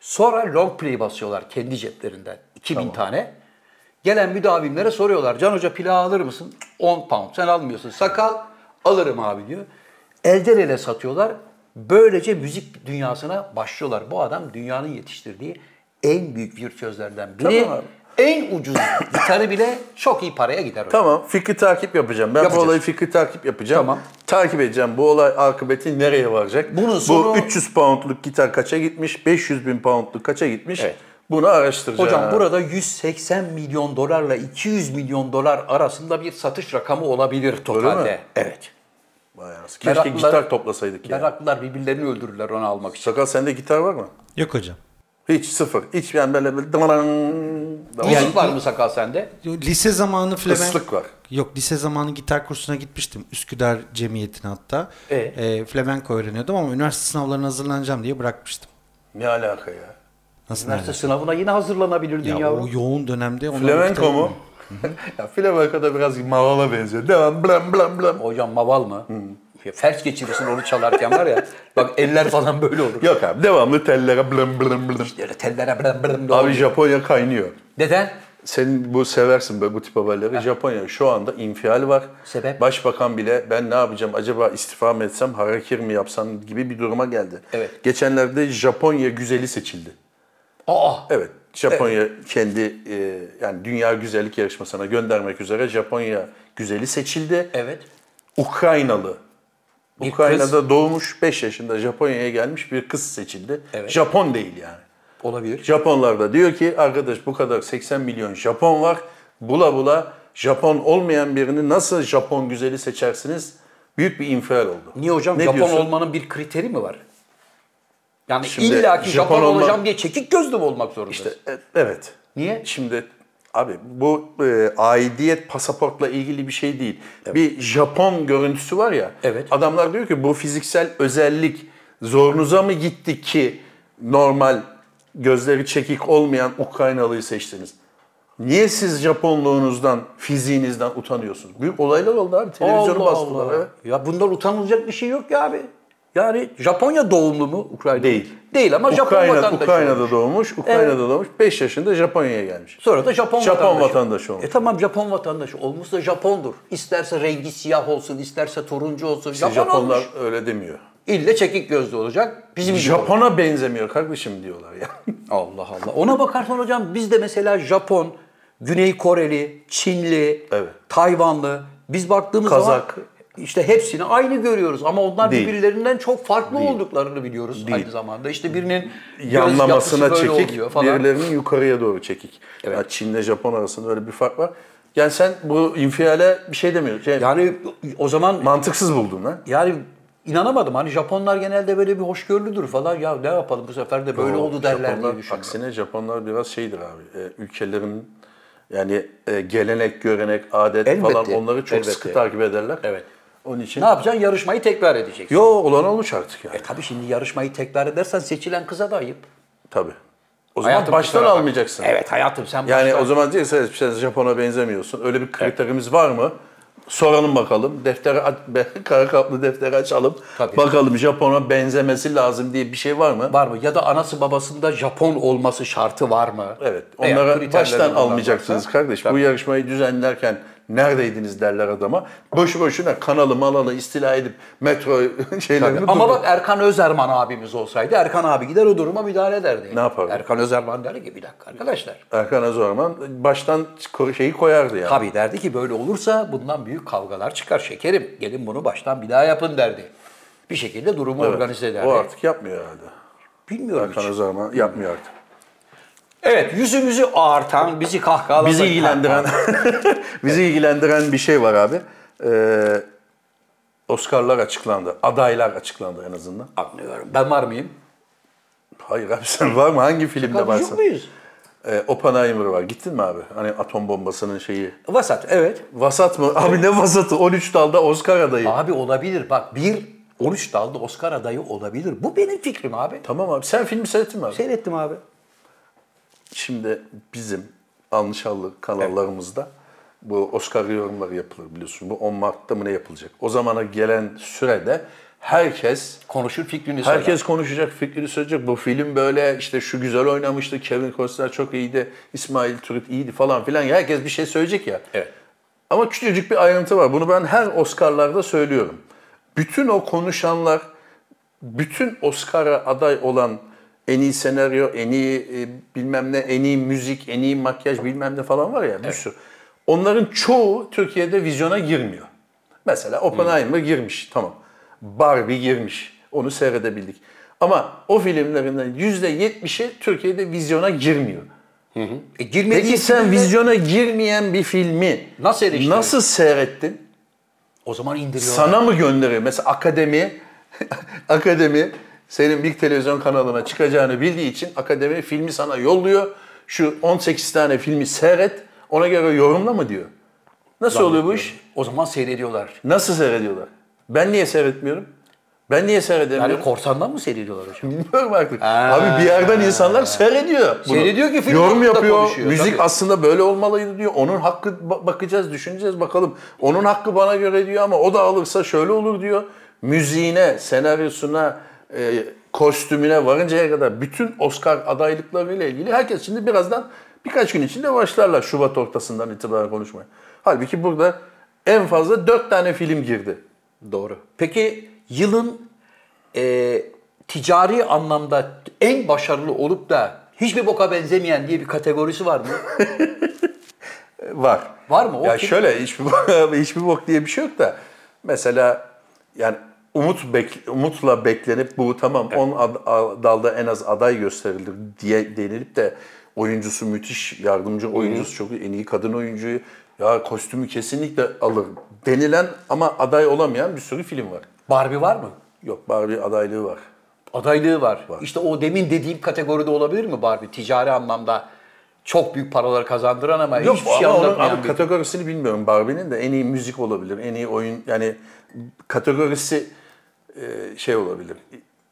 Speaker 1: Sonra long play basıyorlar kendi ceplerinden 2000 tane. Gelen müdavimlere soruyorlar. Can Hoca pilav alır mısın? 10 pound. Sen almıyorsun. Sakal alırım abi diyor. Elden ele satıyorlar. Böylece müzik dünyasına başlıyorlar. Bu adam dünyanın yetiştirdiği en büyük virtüözlerden biri.
Speaker 2: Tamam abi.
Speaker 1: En ucuz gitarı bile çok iyi paraya gider. hocam.
Speaker 2: Tamam fikri takip yapacağım. Ben
Speaker 1: Yapacağız.
Speaker 2: bu olayı fikri takip yapacağım.
Speaker 1: Tamam.
Speaker 2: Takip edeceğim. Bu olay akıbeti nereye varacak?
Speaker 1: Bunun
Speaker 2: bu
Speaker 1: sonu-
Speaker 2: 300 poundluk gitar kaça gitmiş? 500 bin poundluk kaça gitmiş?
Speaker 1: Evet.
Speaker 2: Bunu araştıracağım.
Speaker 1: Hocam burada 180 milyon dolarla 200 milyon dolar arasında bir satış rakamı olabilir
Speaker 2: Öyle
Speaker 1: totalde.
Speaker 2: mi?
Speaker 1: Evet.
Speaker 2: Vay anasını. Keşke
Speaker 1: Meraklılar-
Speaker 2: gitar toplasaydık ya.
Speaker 1: Meraklılar birbirlerini öldürürler onu almak için.
Speaker 2: Sakal sende gitar var mı?
Speaker 3: Yok hocam.
Speaker 2: Hiç sıfır. Hiç ben böyle böyle dımarang-
Speaker 1: Müzik var mı sakal sende?
Speaker 3: Yo, Lise zamanı flamenko...
Speaker 2: Islık var.
Speaker 3: Yok lise zamanı gitar kursuna gitmiştim. Üsküdar Cemiyeti'ne hatta.
Speaker 1: E?
Speaker 3: Ee, flamenko öğreniyordum ama üniversite sınavlarına hazırlanacağım diye bırakmıştım.
Speaker 2: Ne alaka ya?
Speaker 3: Nasıl nerede?
Speaker 1: Üniversite sınavına yine hazırlanabilirdin
Speaker 3: Ya
Speaker 1: yavrum.
Speaker 3: o yoğun dönemde... ona vakit
Speaker 2: Flamenko
Speaker 3: ayırmadım.
Speaker 2: mu? ya flamenko'da biraz mavala benziyor. Devam blam blam blam.
Speaker 1: Hocam maval mı? Ya Fers geçirirsin onu çalarken var ya. Bak eller falan böyle olur.
Speaker 2: Yok abi devamlı tellere blam blam blam.
Speaker 1: Böyle tellere bırım bırım da olur.
Speaker 2: Abi Japonya kaynıyor.
Speaker 1: Neden?
Speaker 2: Senin bu seversin böyle bu tip haberleri. Japonya şu anda infial var.
Speaker 1: Sebep?
Speaker 2: Başbakan bile ben ne yapacağım acaba istifa mı etsem harakir mi yapsam gibi bir duruma geldi.
Speaker 1: Evet.
Speaker 2: Geçenlerde Japonya güzeli seçildi.
Speaker 1: Aa.
Speaker 2: Evet. Japonya kendi e, yani dünya güzellik yarışmasına göndermek üzere Japonya güzeli seçildi.
Speaker 1: Evet.
Speaker 2: Ukraynalı.
Speaker 1: Bir
Speaker 2: Ukrayna'da doğmuş 5 yaşında Japonya'ya gelmiş bir kız seçildi.
Speaker 1: Evet.
Speaker 2: Japon değil yani.
Speaker 1: Olabilir.
Speaker 2: Japonlar da diyor ki arkadaş bu kadar 80 milyon Japon var. Bula bula Japon olmayan birini nasıl Japon güzeli seçersiniz? Büyük bir infial oldu.
Speaker 1: Niye hocam?
Speaker 2: Ne
Speaker 1: Japon
Speaker 2: diyorsun?
Speaker 1: olmanın bir kriteri mi var? Yani
Speaker 2: Şimdi
Speaker 1: illaki Japon,
Speaker 2: Japon olma-
Speaker 1: olacağım diye çekik gözlü mü olmak zorundasın?
Speaker 2: E, Evet.
Speaker 1: Niye?
Speaker 2: Şimdi abi bu e, aidiyet pasaportla ilgili bir şey değil. Bir Japon görüntüsü var ya.
Speaker 1: Evet.
Speaker 2: Adamlar diyor ki bu fiziksel özellik zorunuza mı gitti ki normal gözleri çekik olmayan Ukraynalıyı seçtiniz? Niye siz Japonluğunuzdan, fiziğinizden utanıyorsunuz? Büyük olaylar oldu abi. Televizyonu
Speaker 1: Allah
Speaker 2: bastılar.
Speaker 1: Allah.
Speaker 2: evet.
Speaker 1: Ya bundan utanılacak bir şey yok ya abi. Yani Japonya doğumlu mu Ukrayna?
Speaker 2: Değil.
Speaker 1: Değil ama Japon
Speaker 2: Ukrayna-
Speaker 1: vatandaşı.
Speaker 2: Ukrayna'da
Speaker 1: olmuş.
Speaker 2: doğmuş, Ukrayna'da
Speaker 1: Evet.
Speaker 2: doğmuş. 5 yaşında Japonya'ya gelmiş.
Speaker 1: Sonra da Japon,
Speaker 2: Japon
Speaker 1: vatandaşı.
Speaker 2: vatandaşı olmuş.
Speaker 1: E tamam Japon vatandaşı olmuşsa Japondur. İsterse rengi siyah olsun, isterse turuncu olsun. Japon
Speaker 2: Japonlar
Speaker 1: olmuş.
Speaker 2: öyle demiyor.
Speaker 1: İlle çekik gözlü olacak. Bizim gibi olacak.
Speaker 2: Japon'a benzemiyor kardeşim diyorlar ya.
Speaker 1: Allah Allah. Ona bakarsan hocam biz de mesela Japon, Güney Koreli, Çinli,
Speaker 2: Evet.
Speaker 1: Tayvanlı biz baktığımız
Speaker 2: Kazak.
Speaker 1: zaman işte hepsini aynı görüyoruz ama onlar
Speaker 2: Değil.
Speaker 1: birbirlerinden çok farklı olduklarını biliyoruz aynı zamanda. İşte birinin göz
Speaker 2: Yanlamasına
Speaker 1: yapısı böyle
Speaker 2: çekik,
Speaker 1: oluyor falan.
Speaker 2: diğerlerinin yukarıya doğru çekik.
Speaker 1: Evet.
Speaker 2: Ya Çin'le Japon arasında öyle bir fark var. Yani sen bu infiale bir şey demiyorsun. Şey,
Speaker 1: Yani o zaman
Speaker 2: mantıksız buldun ha.
Speaker 1: yani inanamadım hani Japonlar genelde böyle bir hoşgörülüdür falan ya ne yapalım bu sefer de böyle
Speaker 2: O
Speaker 1: oldu derler
Speaker 2: Japonlar,
Speaker 1: diye düşündüm.
Speaker 2: Aksine Japonlar biraz şeydir abi. e, ülkelerin yani e, gelenek, görenek, adet
Speaker 1: Elbette,
Speaker 2: falan onları çok
Speaker 1: elbette.
Speaker 2: sıkı takip ederler.
Speaker 1: Evet.
Speaker 2: Onun için.
Speaker 1: Ne yapacaksın? Yarışmayı tekrar edeceksin.
Speaker 2: Yo olan olmuş artık yani.
Speaker 1: E tabii şimdi yarışmayı tekrar edersen seçilen kıza da ayıp.
Speaker 2: Tabii. O zaman
Speaker 1: Hayatım
Speaker 2: baştan
Speaker 1: kusura bak.
Speaker 2: almayacaksın.
Speaker 1: Evet hayatım sen
Speaker 2: Yani
Speaker 1: baştan-
Speaker 2: o zaman diyeceksin sen Japon'a benzemiyorsun. Öyle bir kriterimiz var mı? Soralım bakalım. Defteri aç, kara kaplı defteri açalım.
Speaker 1: Tabii.
Speaker 2: Bakalım Japon'a benzemesi lazım diye bir şey var mı?
Speaker 1: var mı? Ya da anası babasında Japon olması şartı var mı?
Speaker 2: Evet.
Speaker 1: Eğer
Speaker 2: Onlara
Speaker 1: kriterleri
Speaker 2: baştan
Speaker 1: bunlar
Speaker 2: almayacaksınız
Speaker 1: varsa-
Speaker 2: kardeş. Bu yarışmayı düzenlerken neredeydiniz derler adama. Boşu boşuna kanalı malalı istila edip metro şeylerini
Speaker 1: Ama
Speaker 2: durdur-
Speaker 1: bak Erkan Özerman abimiz olsaydı Erkan abi gider o duruma müdahale ederdi.
Speaker 2: Ne yapardı?
Speaker 1: Erkan Özerman derdi ki bir dakika arkadaşlar.
Speaker 2: Erkan Azorman baştan ko- şeyi koyardı yani.
Speaker 1: Tabii derdi ki böyle olursa bundan büyük kavgalar çıkar şekerim. Gelin bunu baştan bir daha yapın derdi. Bir şekilde durumu
Speaker 2: Evet.
Speaker 1: organize ederdi.
Speaker 2: O artık yapmıyor herhalde.
Speaker 1: Bilmiyorum hiç.
Speaker 2: Erkan Azorman yapmıyor artık.
Speaker 1: Evet yüzümüzü ağartan, bizi kahkahalarla...
Speaker 2: Bizi ilgilendiren bizi ilgilendiren bir şey var abi. Ee, Oscar'lar açıklandı. Adaylar açıklandı en azından.
Speaker 1: Anlıyorum. Ben var mıyım?
Speaker 2: Hayır abi sen var mı? Hangi filmde
Speaker 1: Tabii yok
Speaker 2: varsın?
Speaker 1: muyuz?
Speaker 2: Ee, Oppenheimer var. Gittin mi abi? Hani atom bombasının şeyi.
Speaker 1: Vasat evet.
Speaker 2: Vasat mı? Abi ne vasatı? 13 dalda Oscar adayı.
Speaker 1: Abi olabilir bak bir 13 dalda Oscar adayı olabilir. Bu benim fikrim abi.
Speaker 2: Tamam abi. Sen filmi seyrettin mi abi?
Speaker 1: Seyrettim abi.
Speaker 2: Şimdi bizim anlaşalı kanallarımızda bu Oscar yorumları yapılır biliyorsun. Bu 10 Mart'ta mı ne yapılacak? O zamana gelen sürede herkes
Speaker 1: Konuşur fikrini söyler.
Speaker 2: Herkes konuşacak, fikrini söyleyecek. Bu film böyle işte şu güzel oynamıştı, Kevin Costner çok iyiydi, İsmail Türk iyiydi falan filan. Herkes bir şey söyleyecek ya.
Speaker 1: Evet.
Speaker 2: Ama küçücük bir ayrıntı var. Bunu ben her Oscar'larda söylüyorum. Bütün o konuşanlar, bütün Oscar'a aday olan en iyi senaryo, en iyi e, bilmem ne, en iyi müzik, en iyi makyaj bilmem ne falan var ya bir sürü. Onların çoğu Türkiye'de vizyona girmiyor. Mesela Oppenheimer girmiş tamam. Barbie girmiş. Onu seyredebildik. Ama o filmlerinden %70'i Türkiye'de vizyona girmiyor.
Speaker 1: E, girmediği
Speaker 2: Peki sen
Speaker 1: filmde-
Speaker 2: vizyona girmeyen bir filmi
Speaker 1: Nasıl eleştirdin?
Speaker 2: nasıl seyrettin?
Speaker 1: O zaman indiriyorlar.
Speaker 2: Sana mı gönderiyor? Mesela akademi akademi senin bir televizyon kanalına çıkacağını bildiği için akademi filmi sana yolluyor. Şu 18 tane filmi seyret. Ona göre yorumla mı diyor? Nasıl oluyor bu iş?
Speaker 1: O zaman seyrediyorlar.
Speaker 2: Nasıl seyrediyorlar? Ben niye seyretmiyorum? Ben niye seyredemiyorum?
Speaker 1: Yani korsandan mı seyrediyorlar hocam?
Speaker 2: Bilmiyorum artık. Abi bir yerden insanlar seyrediyor. bunu.
Speaker 1: Seyrediyor ki film
Speaker 2: Yorum
Speaker 1: hakkında
Speaker 2: yapıyor.
Speaker 1: konuşuyor,
Speaker 2: Müzik
Speaker 1: tabii.
Speaker 2: aslında böyle olmalıydı diyor. Onun hakkı ba- bakacağız, düşüneceğiz bakalım. Onun hakkı bana göre diyor ama o da alırsa şöyle olur diyor. Müziğine, senaryosuna, e, kostümüne varıncaya kadar bütün Oscar adaylıklarıyla ilgili herkes şimdi birazdan birkaç gün içinde başlarlar Şubat ortasından itibaren konuşmaya. Halbuki burada en fazla dört tane film girdi.
Speaker 1: Doğru. Peki yılın e, ticari anlamda en başarılı olup da hiçbir boka benzemeyen diye bir kategorisi var mı?
Speaker 2: E, Var.
Speaker 1: Var mı? O
Speaker 2: ya
Speaker 1: kim?
Speaker 2: şöyle hiçbir bok, hiçbir bok diye bir şey yok da mesela yani umut bek, umutla beklenip bu tamam 10 ad- a- dalda en az aday gösterilir diye denilip de oyuncusu müthiş, yardımcı oyuncusu çok iyi, en iyi kadın oyuncuyu ya kostümü kesinlikle alır denilen ama aday olamayan bir sürü film var.
Speaker 1: Barbie var mı?
Speaker 2: Yok Barbie adaylığı var.
Speaker 1: Adaylığı var. İşte o demin dediğim kategoride olabilir mi Barbie? Ticari anlamda çok büyük paralar kazandıran ama
Speaker 2: Yok
Speaker 1: hiçbir şey
Speaker 2: ama onun
Speaker 1: anlatmayan
Speaker 2: abi
Speaker 1: bir...
Speaker 2: kategorisini bilmiyorum. Barbie'nin de en iyi müzik olabilir, en iyi oyun yani kategorisi e, şey olabilir.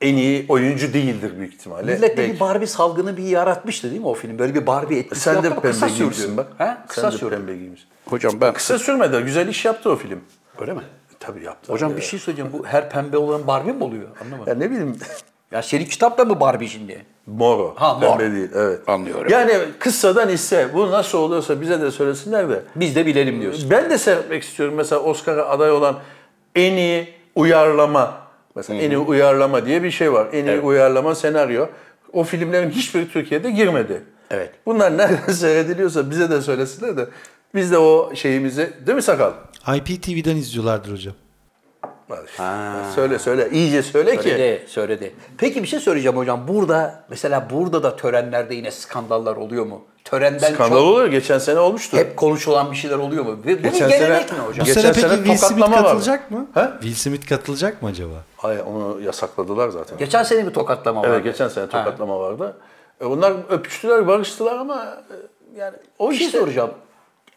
Speaker 2: En iyi oyuncu değildir büyük ihtimalle.
Speaker 1: Millette
Speaker 2: Belki.
Speaker 1: bir Barbie salgını bir yaratmıştı değil mi o film? Böyle bir Barbie etkisi
Speaker 2: Sen
Speaker 1: yaptı
Speaker 2: de
Speaker 1: ama
Speaker 2: pembe
Speaker 1: kısa sürdü.
Speaker 2: giymişsin bak.
Speaker 1: He? Kısa
Speaker 2: Sen de
Speaker 1: sürdü.
Speaker 2: pembe giymişsin.
Speaker 4: Hocam ben...
Speaker 2: Kısa sürmedi. Güzel iş yaptı o film. E,
Speaker 1: Öyle mi?
Speaker 2: Tabii yaptı.
Speaker 1: Hocam
Speaker 2: abi
Speaker 1: bir
Speaker 2: ya.
Speaker 1: şey söyleyeceğim. Bu her pembe olan Barbie mi oluyor? Anlamadım.
Speaker 2: Ya ne bileyim.
Speaker 1: Ya senin kitapta mı Barbie şimdi?
Speaker 2: Moro.
Speaker 1: Ha, mor.
Speaker 2: Pembe değil. Evet.
Speaker 4: Anlıyorum.
Speaker 2: Yani kıssadan ise bu nasıl oluyorsa bize de söylesinler de.
Speaker 1: Biz de bilelim diyorsun.
Speaker 2: Ben de seyretmek istiyorum mesela Oscar'a aday olan en iyi uyarlama. Mesela en iyi uyarlama diye bir şey var. En iyi uyarlama senaryo. O filmlerin hiçbiri Türkiye'de girmedi.
Speaker 1: Evet.
Speaker 2: Bunlar nerede seyrediliyorsa bize de söylesinler de biz de o şeyimizi değil mi sakal?
Speaker 3: IPTV'den izliyorlardır hocam.
Speaker 2: Söyle söyle iyice söyle ki.
Speaker 1: Söyledi, söyledi. Peki bir şey söyleyeceğim hocam. Burada mesela burada da törenlerde yine skandallar oluyor mu? Törenden
Speaker 2: Skandal
Speaker 1: çok
Speaker 2: oluyor. Geçen sene olmuştu.
Speaker 1: hep konuşulan bir şeyler oluyor mu? Ve bu bir
Speaker 2: Geçen
Speaker 1: gelenek
Speaker 2: sene-
Speaker 1: mi hocam?
Speaker 3: Bu
Speaker 2: Geçen
Speaker 3: sene peki
Speaker 2: sene
Speaker 3: Will Smith
Speaker 2: tokatlama vardı.
Speaker 3: katılacak mı?
Speaker 2: He?
Speaker 3: Will Smith katılacak mı acaba?
Speaker 2: Hayır onu yasakladılar zaten.
Speaker 1: Geçen sene bir tokatlama vardı.
Speaker 2: Evet, geçen sene tokatlama vardı. E, Onlar öpüştüler, barıştılar ama e, yani o
Speaker 1: Bir şey
Speaker 2: işte
Speaker 1: soracağım.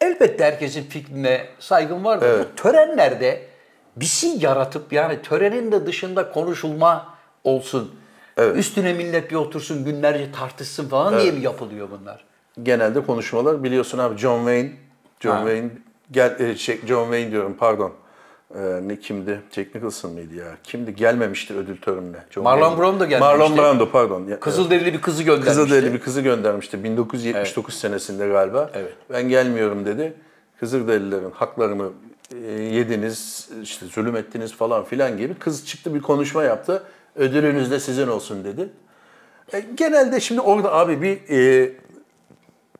Speaker 1: Elbette herkesin fikrine saygım vardır. Bu törenlerde bir şey yaratıp yani törenin de dışında konuşulma olsun. Üstüne millet bir otursun günlerce tartışsın falan diye mi yapılıyor bunlar?
Speaker 2: genelde konuşmalar biliyorsun abi John Wayne John Wayne gel e, şey, John Wayne diyorum pardon. Ee, ne kimdi? Technicals'ın mıydı ya? Kimdi? Gelmemişti ödül törenine. John
Speaker 1: Marlon
Speaker 2: Wayne.
Speaker 1: Brando gelmemişti.
Speaker 2: Marlon Brando pardon. Ya-
Speaker 1: Kızılderili bir kızı göndermişti.
Speaker 2: Kızılderili bir kızı göndermişti 1979 senesinde galiba.
Speaker 1: Evet.
Speaker 2: Ben gelmiyorum dedi. Kızılderililerin haklarını e, yediniz, işte zulüm ettiniz falan filan gibi. Kız çıktı bir konuşma yaptı. Ödülünüz de sizin olsun dedi. E, genelde şimdi orada abi bir e,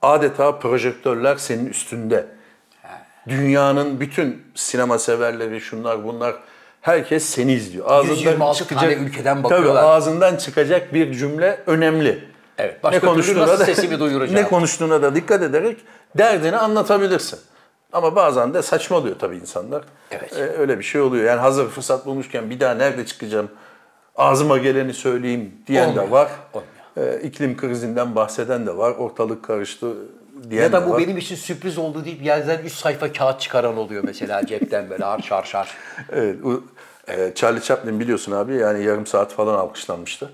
Speaker 2: adeta projektörler senin üstünde. Dünyanın bütün sinema severleri şunlar bunlar herkes seni izliyor.
Speaker 1: 126 tane ülkeden bakıyorlar.
Speaker 2: Tabii ağzından çıkacak bir cümle önemli.
Speaker 1: Evet, başka türlü nasıl sesimi duyuracağım?
Speaker 2: Ne konuştuğuna da dikkat ederek derdini anlatabilirsin. Ama bazen de saçma oluyor tabii insanlar.
Speaker 1: Evet.
Speaker 2: Ee, öyle bir şey oluyor. Yani hazır fırsat bulmuşken bir daha nerede çıkacağım, ağzıma geleni söyleyeyim diyen
Speaker 1: Olmuyor,
Speaker 2: de var.
Speaker 1: olmuyor.
Speaker 2: Ee, iklim krizinden bahseden de var. Ortalık karıştı diyen
Speaker 1: Ya da
Speaker 2: de
Speaker 1: bu
Speaker 2: var.
Speaker 1: benim için sürpriz oldu deyip yerden 3 sayfa kağıt çıkaran oluyor mesela cepten böyle arşar şar.
Speaker 2: Evet, o- e, Charlie Chaplin biliyorsun abi yani yarım saat falan alkışlanmıştı.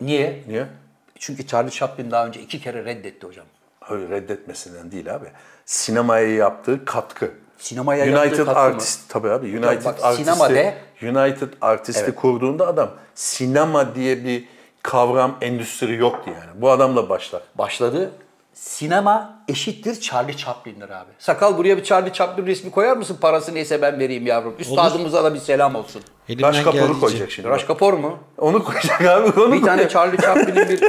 Speaker 1: Niye?
Speaker 2: Niye?
Speaker 1: Çünkü Charlie Chaplin daha önce iki kere reddetti hocam.
Speaker 2: Öyle reddetmesinden değil abi. Sinemaya yaptığı katkı.
Speaker 1: Sinemaya yaptığı
Speaker 2: United
Speaker 1: katkı mı?
Speaker 2: Artist tabii abi United
Speaker 1: bak,
Speaker 2: Artist'i
Speaker 1: sinema de-
Speaker 2: United Artist'i kurduğunda adam sinema diye bir kavram endüstri yoktu yani. Bu adamla başlar.
Speaker 1: Başladı. Sinema eşittir Charlie Chaplin'dir abi. Sakal buraya bir Charlie Chaplin resmi koyar mısın? Parası neyse ben vereyim yavrum. Üstadımıza da bir selam olsun.
Speaker 3: Elimden
Speaker 2: Taş kapuru
Speaker 3: geldiğince.
Speaker 2: koyacak şimdi.
Speaker 1: Raş Kapor mu?
Speaker 2: Onu koyacak abi. Onu
Speaker 1: Bir
Speaker 2: koyacak.
Speaker 1: tane Charlie Chaplin'in bir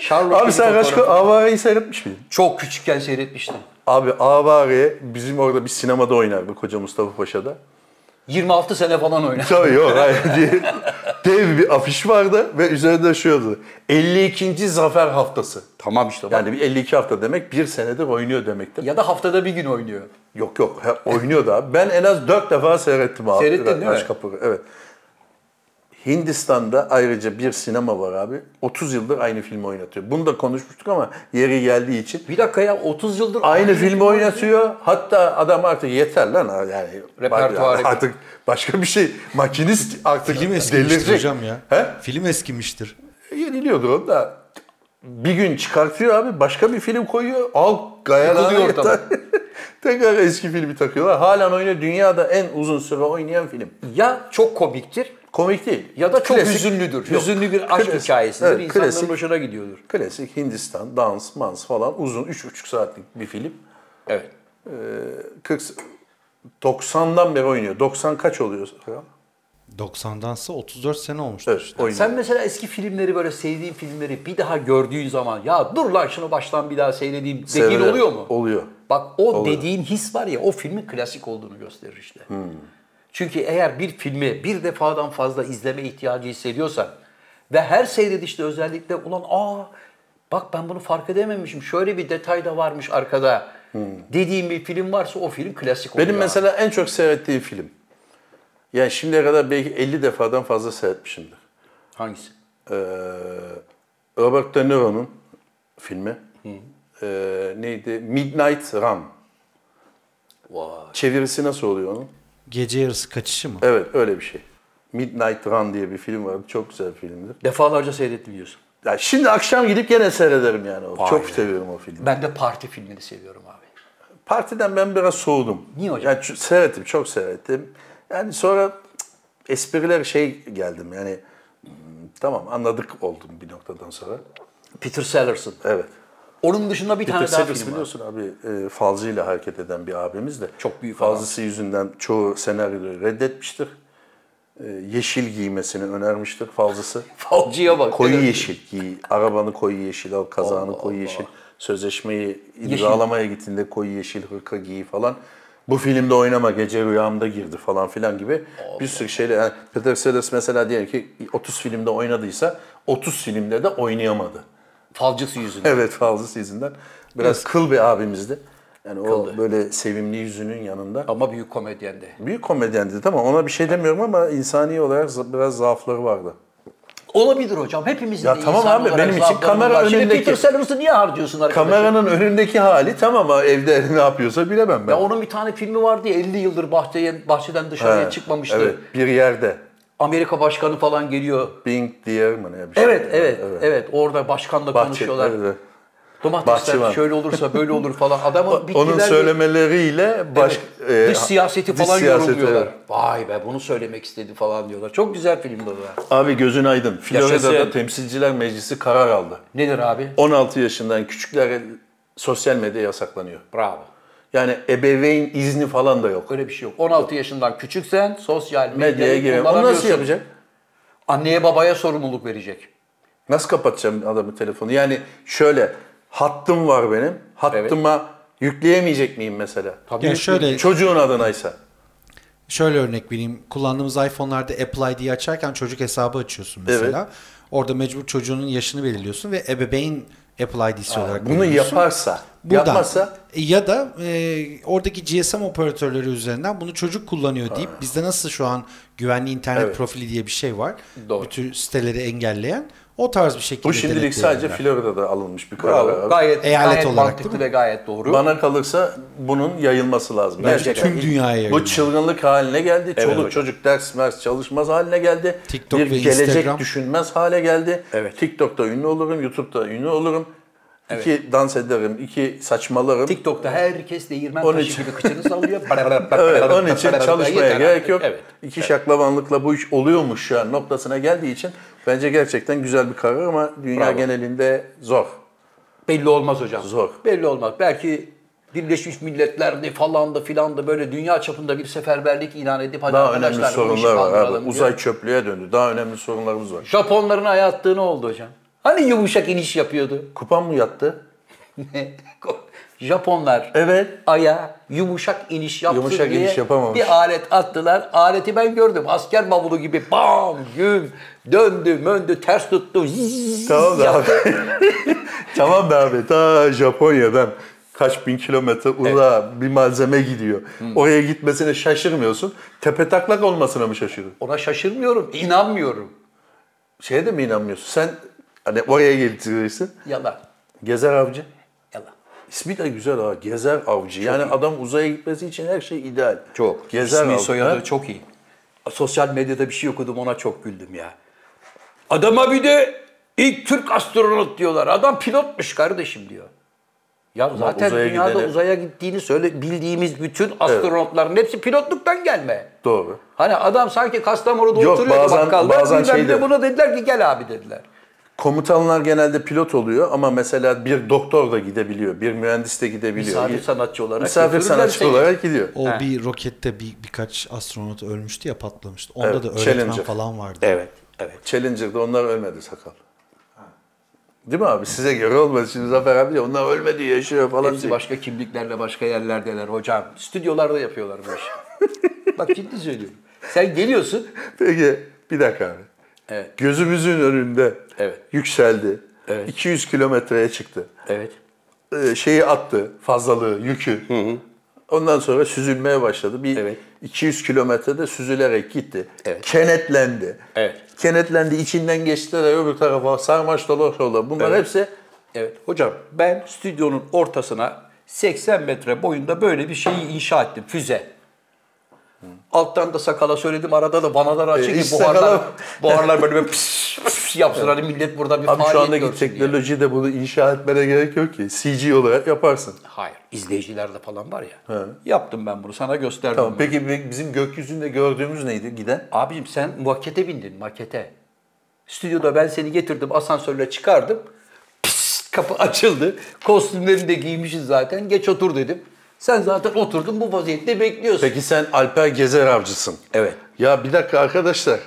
Speaker 1: Sherlock'un
Speaker 2: Abi sen
Speaker 1: bir
Speaker 2: Raşko
Speaker 1: fotoğrafı.
Speaker 2: Avare'yi seyretmiş miydin?
Speaker 1: Çok küçükken seyretmiştim.
Speaker 2: Abi Avare bizim orada bir sinemada oynardı Koca Mustafa Paşa'da.
Speaker 1: 26 sene falan oynadı.
Speaker 2: Tabii yok hayır değil. Dev bir afiş vardı ve üzerinde şu yazıyordu. 52. Zafer Haftası.
Speaker 1: Tamam işte.
Speaker 2: Yani bir 52 hafta demek bir senedir oynuyor demektir.
Speaker 1: Ya da haftada bir gün oynuyor.
Speaker 2: Yok yok he- oynuyordu abi. Ben en az 4 defa seyrettim abi.
Speaker 1: Seyrettin değil mi?
Speaker 2: Raj Kapur'u, evet. Hindistan'da ayrıca bir sinema var abi. 30 yıldır aynı filmi oynatıyor. Bunu da konuşmuştuk ama yeri geldiği için.
Speaker 1: Bir dakika ya 30 yıldır
Speaker 2: Aynı filmi oynatıyor. Hatta adam artık yeter lan ha, yani.
Speaker 1: Repertuarı-
Speaker 2: Artık başka bir şey. Makinist artık
Speaker 3: Film eskimiştir
Speaker 2: delirecek.
Speaker 3: hocam ya.
Speaker 2: He?
Speaker 3: Film eskimiştir.
Speaker 2: Yeniliyordur o da. Bir gün çıkartıyor abi başka bir film koyuyor. Al gayalana
Speaker 1: Yıkılıyor
Speaker 2: yeter. Tekrar eski filmi takıyorlar. Halen oynuyor. Dünyada en uzun süre oynayan film.
Speaker 1: ya çok komiktir
Speaker 2: Komik değil.
Speaker 1: ya da çok
Speaker 2: Klasik-
Speaker 1: hüzünlüdür.
Speaker 2: Yok.
Speaker 1: Hüzünlü bir aşk
Speaker 2: Klasik-
Speaker 1: hikayesidir.
Speaker 2: Evet,
Speaker 1: İnsanların
Speaker 2: klasik,
Speaker 1: hoşuna gidiyordur.
Speaker 2: klasik Hindistan, dans, mans falan uzun 3,5 saatlik bir film.
Speaker 1: Evet.
Speaker 2: 40, 90'dan beri oynuyor. 90 kaç oluyor? Evet,
Speaker 3: 90'dansa 34 sene olmuştur.
Speaker 2: oynuyor.
Speaker 1: Sen mesela eski filmleri böyle sevdiğin filmleri bir daha gördüğün zaman ya dur lan şunu baştan bir daha seyredeyim dediğin
Speaker 2: Seyreder-
Speaker 1: oluyor mu?
Speaker 2: Oluyor. Hmm.
Speaker 1: Bak o dediğin his var ya o filmin klasik olduğunu gösterir işte. Çünkü eğer bir filmi bir defadan fazla izleme ihtiyacı hissediyorsan ve her seyredişte özellikle ulan aa bak ben bunu fark edememişim şöyle bir detay da varmış arkada dediğin bir film varsa o film klasik oluyor.
Speaker 2: Hmm. Benim mesela en çok seyrettiğim film. Yani şimdiye kadar belki 50 defadan fazla seyretmişimdir.
Speaker 1: Hangisi?
Speaker 2: Ee, Robert De Niro'nun filmi. Ee, neydi? Midnight Run.
Speaker 1: Vay.
Speaker 2: Çevirisi nasıl oluyor onun?
Speaker 3: Gece yarısı kaçışı mı?
Speaker 2: Evet öyle bir şey. Midnight Run diye bir film vardı. Çok güzel filmdir.
Speaker 1: Defalarca seyrettim diyorsun.
Speaker 2: Ya şimdi akşam gidip gene seyrederim yani. o.
Speaker 1: Vay
Speaker 2: Çok
Speaker 1: be.
Speaker 2: seviyorum o filmi.
Speaker 1: Ben de parti filmini seviyorum abi.
Speaker 2: Partiden ben biraz soğudum.
Speaker 1: Niye hocam?
Speaker 2: Yani çü- seyrettim, çok seyrettim. Yani sonra cık, espriler şey geldim yani hmm, tamam anladık oldum bir noktadan sonra.
Speaker 1: Peter Sellers'ın.
Speaker 2: Evet.
Speaker 1: Onun dışında bir
Speaker 2: Peter
Speaker 1: tane daha
Speaker 2: Sellers
Speaker 1: film var.
Speaker 2: biliyorsun abi e, fazlıyla hareket eden bir abimiz de.
Speaker 1: Çok büyük
Speaker 2: Fazlısı yüzünden çoğu senaryoyu reddetmiştir. E, yeşil giymesini önermiştir fazlası.
Speaker 1: Falcıya bak.
Speaker 2: Koyu
Speaker 1: Evet.
Speaker 2: yeşil giy, arabanı koyu yeşil al, kazağını koyu yeşil, sözleşmeyi imzalamaya gittiğinde koyu yeşil hırka giy falan. Bu filmde oynama, gece rüyamda girdi falan filan gibi bir sürü şeyle. Yani Peter Sellers mesela diyelim ki 30 filmde oynadıysa 30 filmde de oynayamadı.
Speaker 1: Falcısı yüzünden.
Speaker 2: Evet fazlası yüzünden. Biraz kıl bir abimizdi. Yani
Speaker 1: Kıldı.
Speaker 2: o böyle sevimli yüzünün yanında.
Speaker 1: Ama büyük komedyen de.
Speaker 2: Büyük komedyendi tamam ona bir şey demiyorum ama insani olarak za- biraz zaafları vardı.
Speaker 1: Olabilir hocam. Hepimizin
Speaker 2: Ya
Speaker 1: de
Speaker 2: tamam
Speaker 1: insan
Speaker 2: abi,
Speaker 1: olarak
Speaker 2: benim için
Speaker 1: zaaflarımız
Speaker 2: kamera
Speaker 1: var. Şimdi
Speaker 2: önündeki-
Speaker 1: Peter Sellers'ı niye harcıyorsun arkadaşım?
Speaker 2: Kameranın önündeki hali tamam ha, evde ne yapıyorsa bilemem ben.
Speaker 1: Ya onun bir tane filmi vardı ya 50 yıldır bahçeye, bahçeden dışarıya
Speaker 2: He,
Speaker 1: çıkmamıştı.
Speaker 2: Evet, bir yerde.
Speaker 1: Amerika başkanı falan geliyor.
Speaker 2: Bing diye mi ne bir şey.
Speaker 1: Evet, evet, evet. Orada başkanla
Speaker 2: Bahçe-
Speaker 1: konuşuyorlar.
Speaker 2: evet, evet.
Speaker 1: Domatesler
Speaker 2: Bahçıvan.
Speaker 1: şöyle olursa böyle olur falan. Adamın bitkiler...
Speaker 2: Onun söylemeleriyle baş,
Speaker 1: Evet,
Speaker 2: e,
Speaker 1: dış siyaseti
Speaker 2: dış
Speaker 1: falan
Speaker 2: siyaseti,
Speaker 1: yorumluyorlar.
Speaker 2: evet.
Speaker 1: Vay be bunu söylemek istedi falan diyorlar. Çok güzel filmdi o da.
Speaker 2: Abi gözün aydın. Florida'da
Speaker 1: Yaşasın.
Speaker 2: Temsilciler Meclisi karar aldı.
Speaker 1: Nedir abi?
Speaker 2: 16 yaşından küçüklere sosyal medya yasaklanıyor.
Speaker 1: Bravo.
Speaker 2: Yani ebeveyn izni falan da yok.
Speaker 1: Öyle bir şey yok. 16 yaşından küçüksen sosyal
Speaker 2: Medyaya
Speaker 1: medyayı
Speaker 2: girelim. Onu nasıl
Speaker 1: kullanamıyorsun.
Speaker 2: yapacak?
Speaker 1: Anneye babaya sorumluluk verecek.
Speaker 2: Nasıl kapatacağım adamın telefonu? Yani şöyle hattım var benim. Hattıma yükleyemeyecek miyim mesela?
Speaker 1: Tabii
Speaker 3: Yani şöyle
Speaker 2: Çocuğun adınaysa.
Speaker 3: Şöyle örnek vereyim. Kullandığımız iPhone'larda Apply diye açarken çocuk hesabı açıyorsun mesela. Orada mecbur çocuğunun yaşını belirliyorsun ve ebeveyn Apple ID'si olarak
Speaker 2: Bunu
Speaker 3: belirliyorsun.
Speaker 2: yaparsa,
Speaker 3: Buradan-
Speaker 2: yapmazsa
Speaker 3: ya da e, oradaki GSM operatörleri üzerinden bunu çocuk kullanıyor deyip bizde nasıl şu an güvenli internet
Speaker 2: Evet.
Speaker 3: profili diye bir şey var.
Speaker 1: Doğru.
Speaker 3: Bütün siteleri engelleyen o tarz bir şekilde
Speaker 2: bu şimdilik sadece
Speaker 3: denetleyebilirler.
Speaker 2: Florida'da alınmış bir karar.
Speaker 1: Bravo.
Speaker 2: abi.
Speaker 1: Gayet,
Speaker 3: Eyalet
Speaker 1: gayet
Speaker 3: olarak
Speaker 1: mantıklı
Speaker 3: değil
Speaker 1: ve gayet doğru.
Speaker 2: Bana kalırsa bunun yayılması lazım.
Speaker 3: Bence tüm dünyaya
Speaker 2: Bu
Speaker 3: yayılmalı.
Speaker 2: çılgınlık haline geldi. Çoluk
Speaker 1: hocam.
Speaker 2: çocuk ders mers çalışmaz haline geldi.
Speaker 3: TikTok
Speaker 2: bir
Speaker 3: ve
Speaker 2: gelecek
Speaker 3: Instagram.
Speaker 2: düşünmez hale geldi.
Speaker 1: Evet.
Speaker 2: TikTok'ta ünlü olurum, YouTube'da ünlü olurum. İki dans ederim, iki saçmalarım.
Speaker 1: TikTok'ta herkes değirmen
Speaker 2: Onun
Speaker 1: taşı
Speaker 2: için-
Speaker 1: gibi kıçını sallıyor.
Speaker 2: Evet, onun için çalışmaya
Speaker 1: Yeter
Speaker 2: gerek
Speaker 1: artık.
Speaker 2: yok.
Speaker 1: Evet.
Speaker 2: İki şaklabanlıkla bu iş oluyormuş şu an noktasına geldiği için bence gerçekten güzel bir karar ama dünya
Speaker 1: Bravo.
Speaker 2: genelinde zor.
Speaker 1: Belli olmaz hocam.
Speaker 2: Zor.
Speaker 1: Belli olmaz. Belki Birleşmiş Milletler'de falan da filan da böyle dünya çapında bir seferberlik ilan edip hadi
Speaker 2: Daha önemli
Speaker 1: arkadaşlar bu işi
Speaker 2: sorunlar var abi.
Speaker 1: kaldıralım diye.
Speaker 2: Uzay çöplüğe döndü. Daha önemli sorunlarımız var.
Speaker 1: Japonların hayattığı ne oldu hocam? Hani yumuşak iniş yapıyordu?
Speaker 2: Kupan mı yattı?
Speaker 1: Japonlar
Speaker 2: Evet.
Speaker 1: aya yumuşak iniş yaptı
Speaker 2: Yumuşak
Speaker 1: diye
Speaker 2: iniş yapamamış.
Speaker 1: bir alet attılar. Aleti ben gördüm. Asker bavulu gibi bam güm döndü möndü ters tuttu. Zzzz
Speaker 2: Tamam da abi.
Speaker 1: yaptı.
Speaker 2: tamam da abi. Ta Japonya'dan kaç bin kilometre uzağa bir malzeme gidiyor.
Speaker 1: Hmm.
Speaker 2: Oraya gitmesine şaşırmıyorsun. Tepe taklak olmasına mı şaşırıyorsun?
Speaker 1: Ona şaşırmıyorum, inanmıyorum.
Speaker 2: Şeye de mi inanmıyorsun? Sen hani oraya getirirsin.
Speaker 1: Yalan,
Speaker 2: Gezer avcı.
Speaker 1: yalan.
Speaker 2: İsmi de güzel ha. Gezer avcı. yani adam uzaya gitmesi için her şey ideal.
Speaker 1: Çok.
Speaker 2: Gezer
Speaker 1: İsmi
Speaker 2: avcı.
Speaker 1: soyadı
Speaker 2: Ha?
Speaker 1: çok iyi. Sosyal medyada bir şey okudum ona çok güldüm ya. Adama bir de ilk Türk astronot diyorlar. Adam pilotmuş kardeşim diyor. Ya zaten
Speaker 2: uzaya
Speaker 1: dünyada
Speaker 2: gidene-
Speaker 1: uzaya gittiğini söyle bildiğimiz bütün astronotların hepsi pilotluktan gelme.
Speaker 2: Doğru.
Speaker 1: Hani adam sanki Kastamonu'da
Speaker 2: Yok,
Speaker 1: oturuyordu
Speaker 2: bazen-
Speaker 1: bakkalda.
Speaker 2: bazen
Speaker 1: Bilmem
Speaker 2: şey
Speaker 1: ne
Speaker 2: de-
Speaker 1: buna dediler ki gel abi dediler.
Speaker 2: Komutanlar genelde pilot oluyor ama mesela bir doktor da gidebiliyor, bir mühendis de gidebiliyor.
Speaker 1: Misafir sanatçı olarak
Speaker 2: Misafir
Speaker 1: götürürler
Speaker 2: sanatçı
Speaker 1: seni.
Speaker 2: olarak gidiyor.
Speaker 3: O bir rokette bir birkaç astronot ölmüştü ya patlamıştı. Onda
Speaker 2: Evet,
Speaker 3: da öğretmen
Speaker 2: Challenger.
Speaker 3: falan vardı.
Speaker 1: Evet, evet.
Speaker 2: Challenger'da onlar ölmedi sakal. Değil mi abi? Size göre olmaz. Şimdi Zafer abi de onlar ölmedi yaşıyor falan.
Speaker 1: Hepsi
Speaker 2: diyor.
Speaker 1: başka kimliklerle başka yerlerdeler hocam. Stüdyolarda yapıyorlar bu işi. Bak ciddi söylüyorum. Sen geliyorsun.
Speaker 2: Peki bir dakika abi.
Speaker 1: Evet.
Speaker 2: Gözümüzün önünde
Speaker 1: Evet.
Speaker 2: yükseldi.
Speaker 1: Evet.
Speaker 2: 200 kilometreye çıktı.
Speaker 1: Evet.
Speaker 2: Ee, şeyi attı, fazlalığı, yükü. Ondan sonra süzülmeye başladı. Bir
Speaker 1: Evet.
Speaker 2: 200 kilometrede süzülerek gitti.
Speaker 1: Evet.
Speaker 2: Kenetlendi.
Speaker 1: Evet.
Speaker 2: Kenetlendi, içinden geçtiler öbür tarafa sarmaş dolaş oldu. Bunlar
Speaker 1: Evet.
Speaker 2: hepsi
Speaker 1: Evet hocam ben stüdyonun ortasına 80 metre boyunda böyle bir şeyi inşa ettim füze. Alttan da sakala söyledim arada da vanalar açık
Speaker 2: E,
Speaker 1: ki
Speaker 2: işte
Speaker 1: buharlar,
Speaker 2: sakala-
Speaker 1: buharlar böyle bir pıs pıs yapsın hani millet burada bir
Speaker 2: Abi şu
Speaker 1: faaliyet
Speaker 2: andaki
Speaker 1: görsün diye.
Speaker 2: teknolojide bunu inşa etmene gerek yok ki. CG olarak yaparsın.
Speaker 1: Hayır izleyicilerde falan var ya. Yaptım ben bunu sana gösterdim.
Speaker 2: Tamam.
Speaker 1: bunu.
Speaker 2: Peki bi- bizim gökyüzünde gördüğümüz neydi giden?
Speaker 1: Abicim sen makete bindin makete. Stüdyoda ben seni getirdim asansörle çıkardım. Pist, kapı açıldı. Kostümlerini de giymişiz zaten. Geç otur dedim. Sen zaten oturdun bu vaziyette bekliyorsun.
Speaker 2: Peki sen Alper Gezer avcısın.
Speaker 1: Evet.
Speaker 2: Ya bir dakika arkadaşlar.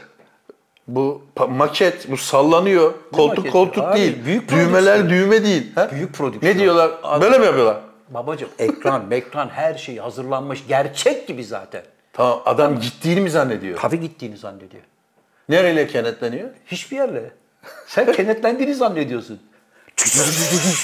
Speaker 2: Bu pa- maket, bu sallanıyor. koltuk
Speaker 1: maketi?
Speaker 2: koltuk
Speaker 1: Abi,
Speaker 2: değil.
Speaker 1: büyük
Speaker 2: Düğmeler düğme değil. Ha?
Speaker 1: Büyük prodüksiyon.
Speaker 2: Ne diyorlar? Böyle mi yapıyorlar?
Speaker 1: Babacım ekran, mekran her şey hazırlanmış. Gerçek gibi zaten.
Speaker 2: Tamam adam gittiğini mi zannediyor?
Speaker 1: Kafe gittiğini zannediyor.
Speaker 2: Nereyle kenetleniyor?
Speaker 1: Hiçbir yerle. Sen kenetlendiğini zannediyorsun.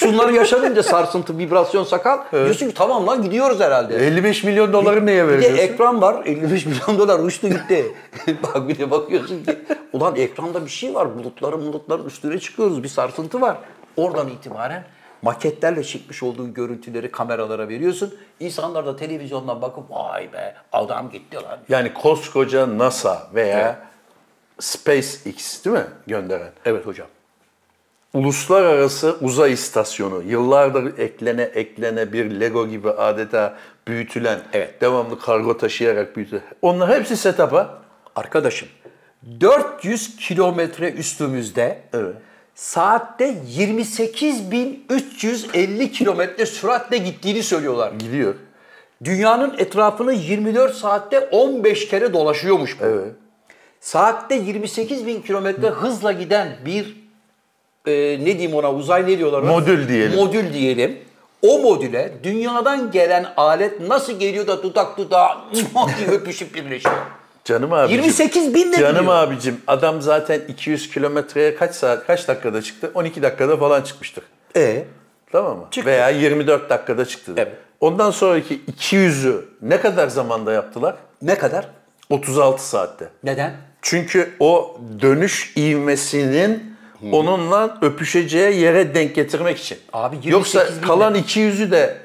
Speaker 1: Bunları yaşanınca sarsıntı, vibrasyon, sakal. Diyorsun ki tamam lan gidiyoruz herhalde.
Speaker 2: 55 milyon doları neye
Speaker 1: Bir de
Speaker 2: veriyorsun?
Speaker 1: ekran var. 55 milyon dolar uçtu gitti. Bak bir de bakıyorsun ki ulan ekranda bir şey var. Bulutların bulutların üstüne çıkıyoruz. Bir sarsıntı var. Oradan itibaren maketlerle çıkmış olduğu görüntüleri kameralara veriyorsun. İnsanlar da televizyondan bakıp vay be adam gitti lan.
Speaker 2: Yani koskoca NASA veya SpaceX değil mi gönderen?
Speaker 1: Evet hocam.
Speaker 2: Uluslararası Uzay İstasyonu yıllardır eklene eklene bir Lego gibi adeta büyütülen,
Speaker 1: Evet.
Speaker 2: devamlı kargo taşıyarak büyütülen. Onlar hepsi setup'a.
Speaker 1: Arkadaşım 400 kilometre üstümüzde saatte 28.350 kilometre süratle gittiğini söylüyorlar.
Speaker 2: Gidiyor.
Speaker 1: Dünyanın etrafını 24 saatte 15 kere dolaşıyormuş bu. Saatte 28 bin kilometre hızla giden bir e, ne diyeyim ona uzay ne diyorlar? ona?
Speaker 2: Modül diyelim.
Speaker 1: Modül diyelim. O modüle dünyadan gelen alet nasıl geliyor da dudak dudağa diye öpüşüp birleşiyor.
Speaker 2: Canım abicim.
Speaker 1: 28 bin de
Speaker 2: Canım
Speaker 1: diyor.
Speaker 2: abicim adam zaten 200 kilometreye kaç saat kaç dakikada çıktı? 12 dakikada falan çıkmıştır.
Speaker 1: E
Speaker 2: Tamam mı?
Speaker 1: Çıktı.
Speaker 2: Veya 24 dakikada çıktı.
Speaker 1: Evet.
Speaker 2: Ondan sonraki 200'ü ne kadar zamanda yaptılar?
Speaker 1: ne kadar?
Speaker 2: 36 saatte.
Speaker 1: Neden?
Speaker 2: Çünkü o dönüş ivmesinin onunla öpüşeceği yere denk getirmek için.
Speaker 1: Abi 28
Speaker 2: Yoksa
Speaker 1: bin
Speaker 2: kalan 200'ü de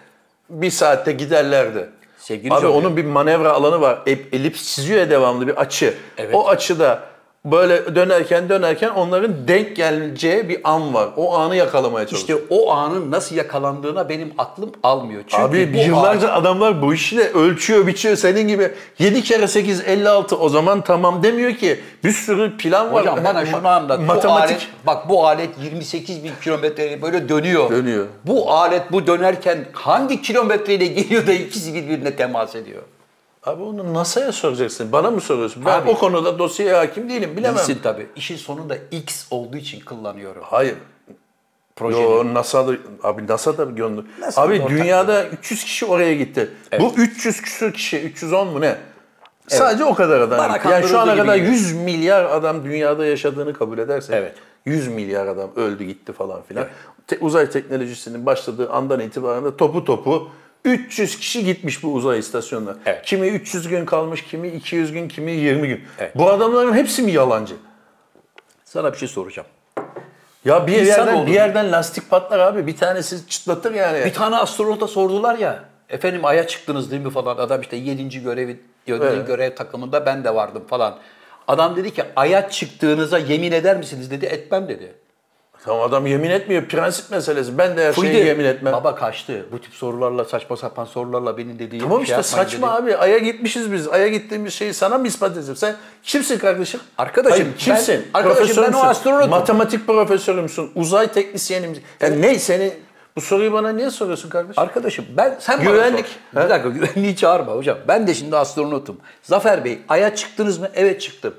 Speaker 2: bir saatte giderlerdi.
Speaker 1: Sevgili
Speaker 2: Abi
Speaker 1: Can Bey.
Speaker 2: onun bir manevra alanı var. E- Elips çiziyor ya devamlı bir açı. O açıda böyle dönerken dönerken onların denk geleceği bir an var. O anı yakalamaya çalışıyor.
Speaker 1: İşte o anın nasıl yakalandığına benim aklım almıyor. Çünkü
Speaker 2: Abi
Speaker 1: bu
Speaker 2: yıllarca adamlar bu işi de ölçüyor, biçiyor. Senin gibi 7 kere 8 56 o zaman tamam demiyor ki. Bir sürü plan var.
Speaker 1: Hocam bana şunu anlat. Bu
Speaker 2: Matematik.
Speaker 1: alet, bak bu alet 28 bin kilometreye böyle dönüyor.
Speaker 2: Dönüyor.
Speaker 1: Bu alet bu dönerken hangi kilometreyle geliyor da ikisi birbirine temas ediyor?
Speaker 2: Abi onu NASA'ya soracaksın. Bana mı soruyorsun? Ben
Speaker 1: Abi.
Speaker 2: o konuda dosyaya hakim değilim. Bilemem.
Speaker 1: Bilsin tabii. İşin sonunda X olduğu için kullanıyorum.
Speaker 2: Hayır.
Speaker 1: Projenin.
Speaker 2: Yo NASA'da abi NASA'da gönder. Abi dünyada 300 kişi oraya gitti. Bu 300 küsur kişi 310 mu ne? Sadece o kadar adam.
Speaker 1: Bana
Speaker 2: gitti. yani
Speaker 1: kandırıldı
Speaker 2: şu ana
Speaker 1: gibi
Speaker 2: kadar
Speaker 1: geliyor.
Speaker 2: 100 milyar adam dünyada yaşadığını kabul edersek.
Speaker 1: Evet.
Speaker 2: 100 milyar adam öldü gitti falan filan. Te- uzay teknolojisinin başladığı andan itibaren de topu topu 300 kişi gitmiş bu uzay istasyonuna.
Speaker 1: Evet.
Speaker 2: Kimi 300 gün kalmış, kimi 200 gün, kimi 20 gün.
Speaker 1: Evet.
Speaker 2: Bu adamların hepsi mi yalancı?
Speaker 1: Sana bir şey soracağım.
Speaker 2: Ya bir
Speaker 1: İnsan
Speaker 2: yerden
Speaker 1: oldu.
Speaker 2: bir yerden lastik patlar abi. Bir tanesi çıtlatır yani.
Speaker 1: Bir tane astronota sordular ya. Efendim Ay'a çıktınız değil mi falan. Adam işte 7. görevi, yedinci
Speaker 2: Evet.
Speaker 1: görev takımında ben de vardım falan. Adam dedi ki Ay'a çıktığınıza yemin eder misiniz dedi. Etmem dedi.
Speaker 2: Tamam adam yemin etmiyor. Prensip meselesi. Ben de her şeye
Speaker 1: Fıydı.
Speaker 2: yemin etmem.
Speaker 1: Şey Baba kaçtı. Bu tip sorularla saçma sapan sorularla benim dediğim
Speaker 2: tamam
Speaker 1: şey
Speaker 2: işte
Speaker 1: yapmayın
Speaker 2: saçma
Speaker 1: dedi.
Speaker 2: abi. Ay'a gitmişiz biz. Ay'a gittiğimiz şeyi sana mı ispat edeceğim? Sen kimsin kardeşim?
Speaker 1: Arkadaşım,
Speaker 2: Hayır, kimsin?
Speaker 1: ben- arkadaşım,
Speaker 2: Profesör
Speaker 1: ben o
Speaker 2: müsün?
Speaker 1: astronotum.
Speaker 2: Matematik profesörü müsün? Uzay teknisyeni misin? Yani ne seni bu soruyu bana niye soruyorsun kardeşim?
Speaker 1: Arkadaşım ben sen bana
Speaker 2: Güvenlik.
Speaker 1: sor. Bir dakika güvenliği çağırma hocam. Ben de şimdi astronotum. Zafer Bey aya çıktınız mı? Evet çıktım.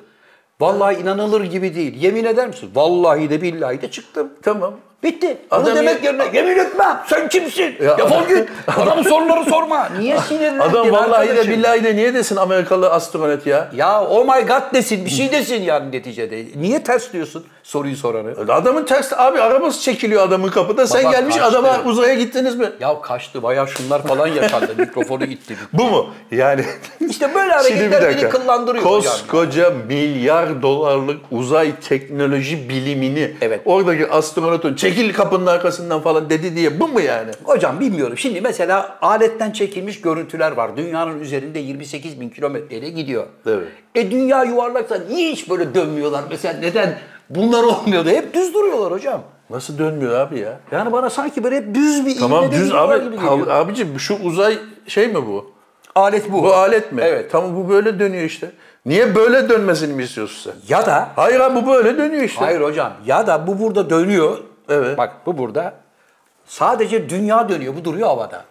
Speaker 1: Vallahi inanılır gibi değil. Yemin eder misin? Vallahi de billahi de çıktım.
Speaker 2: tamam.
Speaker 1: Bitti. Onu
Speaker 2: Adam
Speaker 1: demek
Speaker 2: ya-
Speaker 1: yerine yemin etmem. Sen kimsin?
Speaker 2: Ya-
Speaker 1: Defol git. Adam soruları sorma. Niye sinirlendin
Speaker 2: Adam vallahi
Speaker 1: Ee, arkadaşım?
Speaker 2: de billahi de niye desin Amerikalı astronot ya?
Speaker 1: Ya oh my god desin bir şey desin yani neticede. Niye ters diyorsun soruyu soranı?
Speaker 2: Adamın ters abi arabası çekiliyor adamın kapıda. Sen
Speaker 1: Baba
Speaker 2: gelmiş
Speaker 1: kaçtı.
Speaker 2: adama uzaya gittiniz mi?
Speaker 1: Ya kaçtı bayağı şunlar falan yaşandı. Mikrofonu gitti.
Speaker 2: Bu mu? Yani
Speaker 1: İşte böyle
Speaker 2: Şimdi bir
Speaker 1: hareketler beni
Speaker 2: dakika.
Speaker 1: kıllandırıyor hocam.
Speaker 2: Koskoca milyar dolarlık uzay teknoloji bilimini
Speaker 1: Evet.
Speaker 2: oradaki astronotun çekil kapının arkasından falan dedi diye bu mu yani?
Speaker 1: Hocam bilmiyorum. Şimdi mesela aletten çekilmiş görüntüler var. Dünyanın üzerinde 28 bin kilometreyle gidiyor.
Speaker 2: Evet.
Speaker 1: E dünya yuvarlaksa niye hiç böyle dönmüyorlar? Mesela neden bunlar olmuyor da hep düz duruyorlar hocam.
Speaker 2: Nasıl dönmüyor abi ya?
Speaker 1: Yani bana sanki böyle hep düz bir
Speaker 2: Tamam
Speaker 1: ivmede
Speaker 2: düz
Speaker 1: gidiyorlar
Speaker 2: abi.
Speaker 1: gibi geliyor.
Speaker 2: Abi- Abicim şu uzay şey mi bu?
Speaker 1: Alet bu.
Speaker 2: Bu alet mi?
Speaker 1: Evet.
Speaker 2: Tamam bu böyle dönüyor işte. Niye böyle dönmesini mi istiyorsun sen?
Speaker 1: Ya da
Speaker 2: Hayır abi bu böyle dönüyor işte.
Speaker 1: Hayır hocam. Ya da bu burada dönüyor.
Speaker 2: Şey- Evet.
Speaker 1: Bak bu burada. Sadece dünya dönüyor. Bu duruyor havada.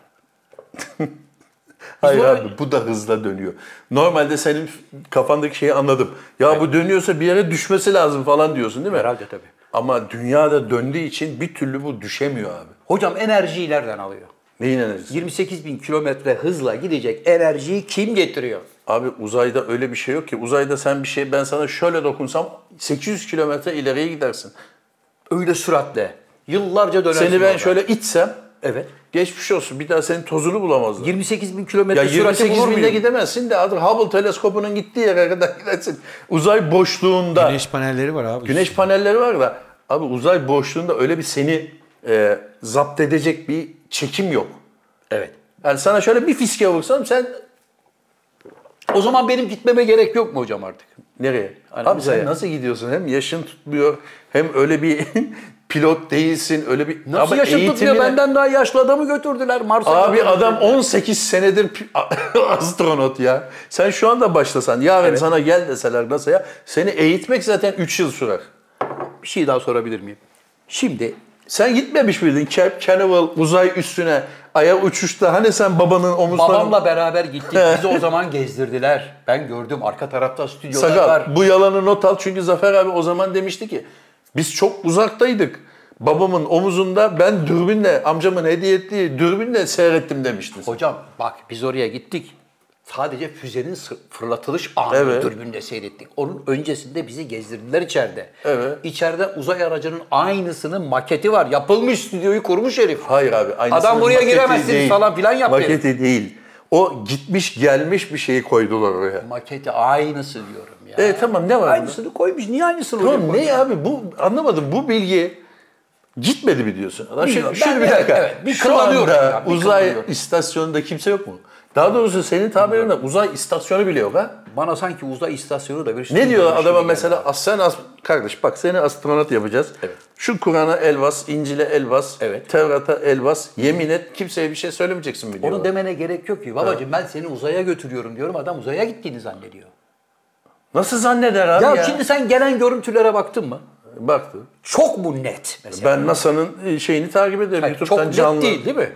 Speaker 2: Hayır
Speaker 1: Sonra-
Speaker 2: abi bu da hızla dönüyor. Normalde senin kafandaki şeyi anladım. Ya bu dönüyorsa bir yere düşmesi lazım falan diyorsun değil mi?
Speaker 1: Herhalde tabii.
Speaker 2: Ama dünyada döndüğü için bir türlü bu düşemiyor abi.
Speaker 1: Hocam enerjiyi nereden alıyor?
Speaker 2: Neyin enerjisi?
Speaker 1: 28 bin kilometre hızla gidecek enerjiyi kim getiriyor?
Speaker 2: Abi uzayda öyle bir şey yok ki. Uzayda sen bir şey ben sana şöyle dokunsam 800 kilometre ileriye gidersin.
Speaker 1: Öyle süratle. Yıllarca dönersin.
Speaker 2: Seni ben
Speaker 1: oradan.
Speaker 2: şöyle içsem
Speaker 1: Evet.
Speaker 2: geçmiş olsun bir daha senin tozunu bulamazlar.
Speaker 1: 28 bin
Speaker 2: Ya
Speaker 1: kilometre süratle
Speaker 2: 28
Speaker 1: bulur
Speaker 2: binde
Speaker 1: muyum?
Speaker 2: gidemezsin de artık Hubble teleskopunun gittiği yere kadar gidersin. Uzay boşluğunda.
Speaker 3: Güneş panelleri var abi.
Speaker 2: Güneş panelleri var da abi uzay boşluğunda öyle bir seni e, zapt edecek bir çekim yok.
Speaker 1: Evet.
Speaker 2: Yani sana şöyle bir fiske vursam sen
Speaker 1: O zaman benim gitmeme gerek yok mu hocam artık?
Speaker 2: nereye?
Speaker 1: Aynen,
Speaker 2: abi sen
Speaker 1: uzaya.
Speaker 2: nasıl gidiyorsun? Hem yaşın tutmuyor hem öyle bir pilot değilsin öyle bir
Speaker 1: Nasıl yaşın tutmuyor?
Speaker 2: eğitimine-
Speaker 1: Benden daha yaşlı adamı götürdüler Mars'a.
Speaker 2: Abi
Speaker 1: götürdüler.
Speaker 2: adam 18 senedir pi- astronot ya. Sen şu anda başlasan yarın sana gel deseler NASA'ya seni eğitmek zaten 3 yıl sürer.
Speaker 1: Bir şey daha sorabilir miyim? Şimdi
Speaker 2: Sen gitmemiş miydin Cape Canaveral uzay üstüne ayak uçuşta hani sen babanın omuzlarına...
Speaker 1: babamla beraber gittik. Bizi o zaman gezdirdiler. Ben gördüm arka tarafta stüdyolar var.
Speaker 2: Sakal bu yalanı not al çünkü Zafer abi o zaman demişti ki biz çok uzaktaydık. Babamın omuzunda ben dürbünle amcamın hediye ettiği dürbünle seyrettim demişti.
Speaker 1: Hocam bak biz oraya gittik. Sadece füzenin sı- fırlatılış anını
Speaker 2: Evet.
Speaker 1: dürbünle seyrettik. Onun öncesinde bizi gezdirdiler içeride.
Speaker 2: Evet.
Speaker 1: İçeride uzay aracının aynısının maketi var. Yapılmış stüdyoyu kurmuş herif.
Speaker 2: Hayır abi. aynısının
Speaker 1: Adam buraya
Speaker 2: maketi
Speaker 1: giremezsiniz
Speaker 2: değil.
Speaker 1: falan filan yaptı.
Speaker 2: Maketi değil. O gitmiş gelmiş bir şeyi koydular oraya.
Speaker 1: Maketi aynısı diyorum ya.
Speaker 2: E tamam ne var? bunda?
Speaker 1: Aynısını koymuş. Niye aynısını oraya
Speaker 2: Tamam
Speaker 1: koymuş?
Speaker 2: ne abi bu anlamadım bu bilgi gitmedi mi diyorsun? Adam şimdi,
Speaker 1: Bilmiyorum.
Speaker 2: şöyle
Speaker 1: Ben-
Speaker 2: bir dakika.
Speaker 1: evet, evet. Bir
Speaker 2: Şu
Speaker 1: kullanıyorum
Speaker 2: anda
Speaker 1: ya, bir
Speaker 2: uzay
Speaker 1: kullanıyorum.
Speaker 2: istasyonunda kimse yok mu? Daha doğrusu senin tabirinde uzay istasyonu bile yok ha?
Speaker 1: Bana sanki uzay istasyonu da bir
Speaker 2: E-
Speaker 1: şey
Speaker 2: Ne
Speaker 1: stüdyoymuş
Speaker 2: diyor
Speaker 1: gibi
Speaker 2: adama
Speaker 1: geldi.
Speaker 2: mesela "As- sen as kardeş bak seni astronot yapacağız.
Speaker 1: Evet.
Speaker 2: Şu Kur'an'a el bas, İncil'e el bas,
Speaker 1: Evet.
Speaker 2: Tevrat'a el bas, yemin et kimseye bir şey söylemeyeceksin mi diyorlar.
Speaker 1: Onu demene gerek yok ki. Babacığım ben seni uzaya götürüyorum diyorum. Adam uzaya gittiğini zannediyor.
Speaker 2: Nasıl zanneder abi ya?
Speaker 1: ya şimdi sen gelen görüntülere baktın mı?
Speaker 2: Baktı.
Speaker 1: Çok mu net mesela?
Speaker 2: Ben NASA'nın e, şeyini takip ederim.
Speaker 1: Hayır,
Speaker 2: YouTube'dan
Speaker 1: çok net
Speaker 2: canlı.
Speaker 1: değil değil mi?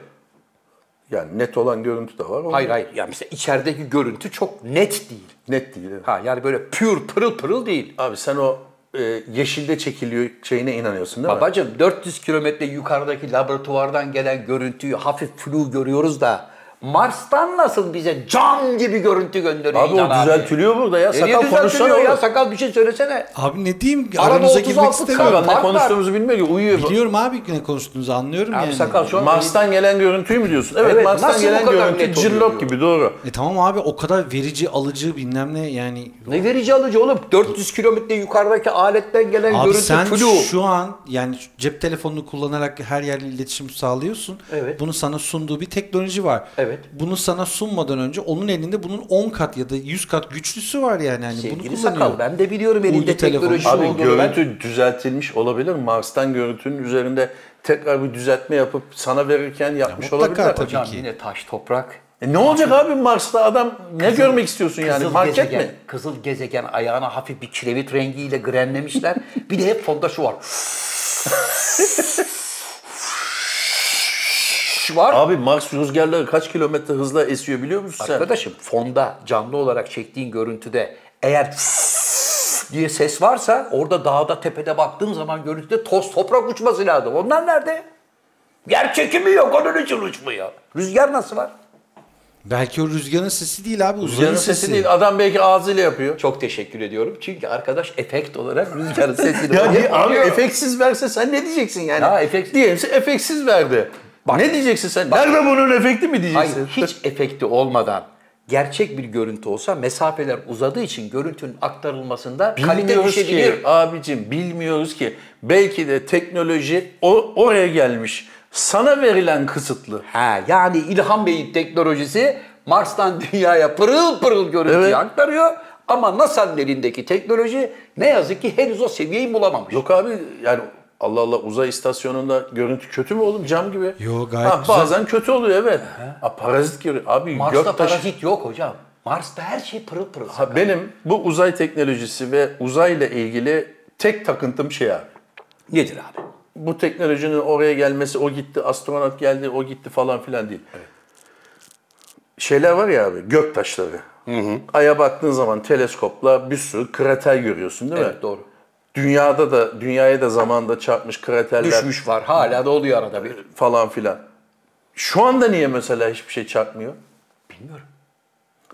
Speaker 2: Yani net olan görüntü de var. o
Speaker 1: Hayır hayır. Yani mesela içerideki görüntü çok net değil.
Speaker 2: Net değil. evet.
Speaker 1: Ha yani böyle pür pırıl pırıl değil.
Speaker 2: Abi sen o e, yeşilde çekiliyor şeyine inanıyorsun değil mi?
Speaker 1: Babacım 400 kilometre yukarıdaki laboratuvardan gelen görüntüyü hafif flu görüyoruz da Mars'tan nasıl bize cam gibi görüntü gönderiyor
Speaker 2: Abi
Speaker 1: inan
Speaker 2: o düzeltiliyor burada ya.
Speaker 1: E niye
Speaker 2: Sakal konuşsana
Speaker 1: düzeltiliyor ya?
Speaker 2: oğlum.
Speaker 1: Sakal bir şey söylesene.
Speaker 3: Abi ne diyeyim?
Speaker 1: Arada
Speaker 3: Aranıza
Speaker 1: 36
Speaker 3: girmek
Speaker 2: Sakal
Speaker 1: kavga.
Speaker 3: istemiyorum.
Speaker 2: ne
Speaker 1: Parklar.
Speaker 2: konuştuğumuzu bilmiyor ki uyuyor.
Speaker 3: Biliyorum abi ne konuştuğunuzu anlıyorum
Speaker 1: Abi
Speaker 3: yani.
Speaker 1: sakal şu an
Speaker 2: Mars'tan gelen görüntüyü mü diyorsun? Evet,
Speaker 1: Evet,
Speaker 2: Mars'tan
Speaker 1: nasıl bu
Speaker 2: gelen
Speaker 1: kadar
Speaker 2: görüntü
Speaker 1: net oluyor
Speaker 2: cillop
Speaker 1: diyor.
Speaker 2: gibi doğru.
Speaker 3: E tamam abi o kadar verici, alıcı bilmem ne yani.
Speaker 1: Ne verici alıcı oğlum? 400 kilometre yukarıdaki aletten gelen
Speaker 3: Abi
Speaker 1: görüntü
Speaker 3: sen
Speaker 1: flu.
Speaker 3: şu an yani cep telefonunu kullanarak her yerle iletişim sağlıyorsun.
Speaker 1: Evet.
Speaker 3: Bunu sana sunduğu bir teknoloji var.
Speaker 1: Evet.
Speaker 3: Bunu sana sunmadan önce onun elinde bunun 10 kat ya da 100 kat güçlüsü var yani. yani
Speaker 1: Sevgili
Speaker 3: bunu
Speaker 1: sakal
Speaker 3: kullanıyor.
Speaker 1: ben de biliyorum elinde
Speaker 3: Uydu telefonu.
Speaker 1: teknoloji
Speaker 2: Abi
Speaker 1: olduğunu. Ben-
Speaker 2: görüntü düzeltilmiş olabilir. Mars'tan görüntünün üzerinde tekrar bir düzeltme yapıp sana verirken yapmış
Speaker 3: mutlaka
Speaker 2: olabilir.
Speaker 3: tabii.
Speaker 1: Hocam
Speaker 3: ki.
Speaker 1: yine taş toprak.
Speaker 2: E ne olacak abi Mars'ta adam ne görmek istiyorsun yani?
Speaker 1: Kızıl
Speaker 2: Market
Speaker 1: gezegen,
Speaker 2: mi?
Speaker 1: Kızıl gezegen ayağına hafif bir kiremit rengiyle grenlemişler. bir de hep fonda şu var. şu var.
Speaker 2: Abi Mars rüzgarları kaç kilometre hızla esiyor biliyor musun sen?
Speaker 1: Arkadaşım fonda canlı olarak çektiğin görüntüde eğer diye ses varsa orada dağda tepede baktığım zaman görüntüde toz toprak uçması lazım. Onlar nerede? Yer çekimi yok onun için uçmuyor. Rüzgar nasıl var?
Speaker 3: Belki o rüzgarın sesi değil abi uzayın
Speaker 2: Rüzgarın
Speaker 3: sesi.
Speaker 2: sesi değil adam belki ağzıyla yapıyor.
Speaker 1: Çok teşekkür ediyorum. Çünkü arkadaş efekt olarak rüzgarın sesini
Speaker 2: Ya
Speaker 1: alıyor.
Speaker 2: bir abi efeksiz verse sen ne diyeceksin yani?
Speaker 1: Ya efekt-
Speaker 2: Diyelim ki efeksiz verdi. ne diyeceksin sen? Nerede bunun efekti mi
Speaker 1: Hayır,
Speaker 2: diyeceksin?
Speaker 1: hiç efekti olmadan gerçek bir görüntü olsa mesafeler uzadığı için görüntünün aktarılmasında kalite
Speaker 2: Bilmiyoruz ki
Speaker 1: düşebilir.
Speaker 2: şey abicim bilmiyoruz ki. Belki de teknoloji o, oraya gelmiş. Sana verilen kısıtlı.
Speaker 1: Ha, yani İlhan Bey'in teknolojisi Mars'tan Dünya'ya pırıl pırıl görüntüyü
Speaker 2: Evet.
Speaker 1: aktarıyor. Ama NASA'nın elindeki teknoloji ne yazık ki henüz o seviyeyi bulamamış.
Speaker 2: Yok abi yani Allah Allah uzay istasyonunda görüntü kötü mü oğlum cam gibi?
Speaker 3: Yo, gayet
Speaker 2: ha,
Speaker 3: güzel.
Speaker 2: Bazen kötü oluyor evet. Ha, parazit görüyor. Abi
Speaker 1: Mars'ta
Speaker 2: göktaşı-
Speaker 1: parazit yok hocam. Mars'ta her şey pırıl pırıl.
Speaker 2: Ha, benim bu uzay teknolojisi ve uzayla ilgili tek takıntım şey abi.
Speaker 1: Nedir abi?
Speaker 2: bu teknolojinin oraya gelmesi, o gitti, astronot geldi, o gitti falan filan değil. Şeyler var ya abi, gök taşları. Ay'a baktığın zaman teleskopla bir sürü krater görüyorsun değil mi?
Speaker 1: Evet doğru.
Speaker 2: Dünyada da, dünyaya da zamanda çarpmış kraterler
Speaker 1: Düşmüş var hala da oluyor arada bir.
Speaker 2: falan filan. Şu anda niye mesela hiçbir şey çarpmıyor?
Speaker 1: Bilmiyorum.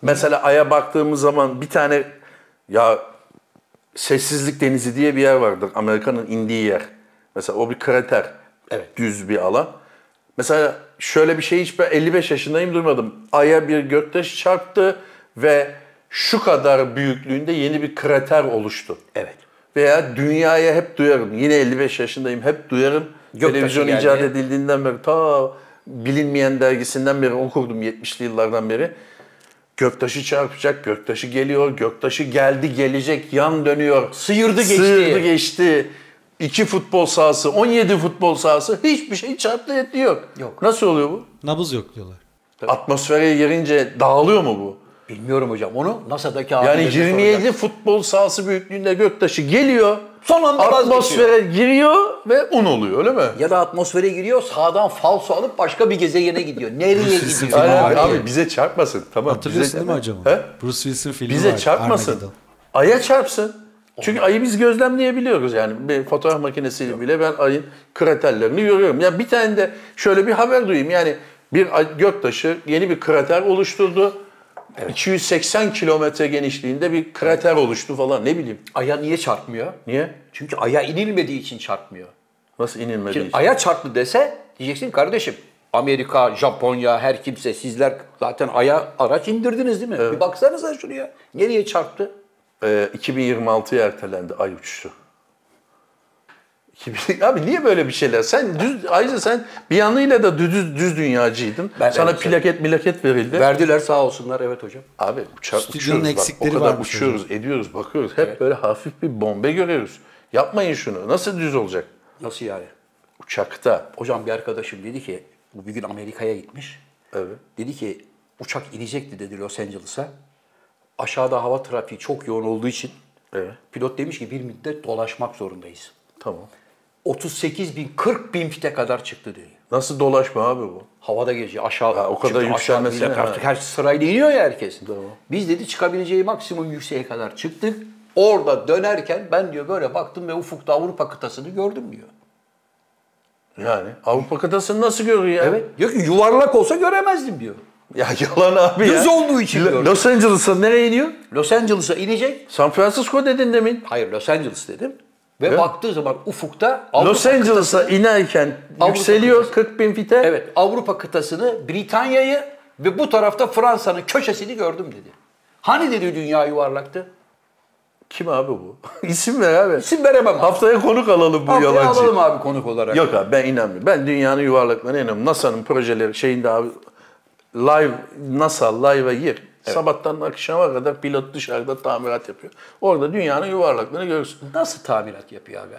Speaker 2: Mesela Ay'a baktığımız zaman bir tane ya Sessizlik Denizi diye bir yer vardır. Amerika'nın indiği yer. Mesela o bir krater.
Speaker 1: Evet.
Speaker 2: Düz bir alan. Mesela şöyle bir şey hiç ben 55 yaşındayım duymadım. Ay'a bir göktaş çarptı ve şu kadar büyüklüğünde yeni bir krater oluştu.
Speaker 1: Evet.
Speaker 2: Veya dünyaya hep duyarım. Yine 55 yaşındayım hep duyarım.
Speaker 1: Göktaşı
Speaker 2: Televizyon
Speaker 1: geldi.
Speaker 2: icat edildiğinden beri ta bilinmeyen dergisinden beri okurdum 70'li yıllardan beri. Göktaşı çarpacak, göktaşı geliyor, göktaşı geldi gelecek, yan dönüyor.
Speaker 1: Sıyırdı geçti.
Speaker 2: Sıyırdı geçti. İki futbol sahası, 17 futbol sahası hiçbir şey çarptı etti yok.
Speaker 1: Yok.
Speaker 2: Nasıl oluyor bu?
Speaker 3: Nabız yok diyorlar.
Speaker 2: Atmosfere girince dağılıyor mu bu?
Speaker 1: Bilmiyorum hocam onu NASA'daki abi.
Speaker 2: Yani 27 futbol sahası büyüklüğünde göktaşı geliyor.
Speaker 1: Son anda
Speaker 2: atmosfere giriyor ve un oluyor öyle mi?
Speaker 1: ya da atmosfere giriyor sağdan falso alıp başka bir gezegene gidiyor. Nereye gidiyor?
Speaker 2: Hayır abi,
Speaker 1: Nereye?
Speaker 2: abi bize çarpmasın tamam.
Speaker 3: Hatırlıyorsun
Speaker 2: bize,
Speaker 3: değil mi hocam?
Speaker 2: He?
Speaker 3: Bruce Willis'in filmi
Speaker 2: Bize
Speaker 3: var,
Speaker 2: çarpmasın.
Speaker 3: Armageddon.
Speaker 2: Ay'a çarpsın. Çünkü ayı biz gözlemleyebiliyoruz yani. Bir fotoğraf makinesiyle bile ben ayın kraterlerini görüyorum. Ya bir tane de şöyle bir haber duyayım. Yani bir ay- göktaşı yeni bir krater oluşturdu. 280 kilometre genişliğinde bir krater oluştu falan ne bileyim.
Speaker 1: Ay'a niye çarpmıyor?
Speaker 2: Niye?
Speaker 1: Çünkü Ay'a inilmediği için çarpmıyor.
Speaker 2: Nasıl inilmedi?
Speaker 1: Şimdi
Speaker 2: hiç?
Speaker 1: Ay'a çarptı dese diyeceksin kardeşim Amerika, Japonya, her kimse sizler zaten Ay'a araç indirdiniz değil mi? Bir baksanıza şuraya. Nereye çarptı?
Speaker 2: Ee, 2026'ya ertelendi ay uçuşu. 2000 Abi niye böyle bir şeyler? Sen düz, ayrıca sen bir yanıyla da düz, düz dünyacıydın.
Speaker 1: Ben-
Speaker 2: Sana
Speaker 1: evet,
Speaker 2: plaket milaket verildi.
Speaker 1: Verdiler sağ olsunlar evet hocam.
Speaker 2: Abi uça-
Speaker 3: Stüdyonun
Speaker 2: uçuyoruz
Speaker 3: eksikleri
Speaker 2: bak. O kadar
Speaker 3: varmış
Speaker 2: uçuyoruz, ediyoruz, bakıyoruz. Hep böyle hafif bir bombe görüyoruz. Yapmayın şunu. Nasıl düz olacak?
Speaker 1: Nasıl yani?
Speaker 2: Uçakta.
Speaker 1: Hocam bir arkadaşım dedi ki bu bir gün Amerika'ya gitmiş.
Speaker 2: Evet.
Speaker 1: Dedi ki uçak inecekti dedi Los Angeles'a. Aşağıda hava trafiği çok yoğun olduğu için
Speaker 2: Evet.
Speaker 1: pilot demiş ki bir müddet dolaşmak zorundayız.
Speaker 2: Tamam.
Speaker 1: 38 bin 40 bin fite kadar çıktı diyor.
Speaker 2: Nasıl dolaşma abi bu?
Speaker 1: Havada geziyor aşağı.
Speaker 2: Ha, o kadar
Speaker 1: Çünkü
Speaker 2: yükselmesi
Speaker 1: aşağı millet
Speaker 2: ne?
Speaker 1: Artık her sırayla iniyor ya herkes. Biz dedi çıkabileceği maksimum yükseğe kadar çıktık. Orada dönerken ben diyor böyle baktım ve ufukta Avrupa kıtasını gördüm diyor.
Speaker 2: Yani Avrupa kıtasını nasıl görüyor ya?
Speaker 1: Evet. Diyor ki yuvarlak olsa göremezdim diyor.
Speaker 2: Ya yalan abi ya.
Speaker 1: Düz olduğu için
Speaker 2: La-
Speaker 1: gördüm.
Speaker 2: Los Angeles'a nereye iniyor?
Speaker 1: Los Angeles'a inecek.
Speaker 2: San Francisco dedin demin.
Speaker 1: Hayır Los Angeles dedim. Ve
Speaker 2: Evet.
Speaker 1: baktığı zaman ufukta Avrupa
Speaker 2: Los Angeles'a inerken
Speaker 1: Avrupa
Speaker 2: yükseliyor 40 bin fite.
Speaker 1: Evet, Avrupa kıtasını, Britanya'yı ve bu tarafta Fransa'nın köşesini gördüm dedi. Hani dedi dünya yuvarlaktı?
Speaker 2: Kim abi bu? İsim ver abi.
Speaker 1: İsim veremem abi.
Speaker 2: Haftaya konuk alalım bu
Speaker 1: Haftaya
Speaker 2: yalancı.
Speaker 1: alalım abi konuk olarak.
Speaker 2: Yok abi ben inanmıyorum. Ben dünyanın yuvarlaklarına inanmıyorum. NASA'nın projeleri şeyinde abi live NASA live'a gir. Sabahtan akşama kadar pilot dışarıda tamirat yapıyor. Orada dünyanın yuvarlaklarını görürsün.
Speaker 1: Nasıl tamirat yapıyor abi?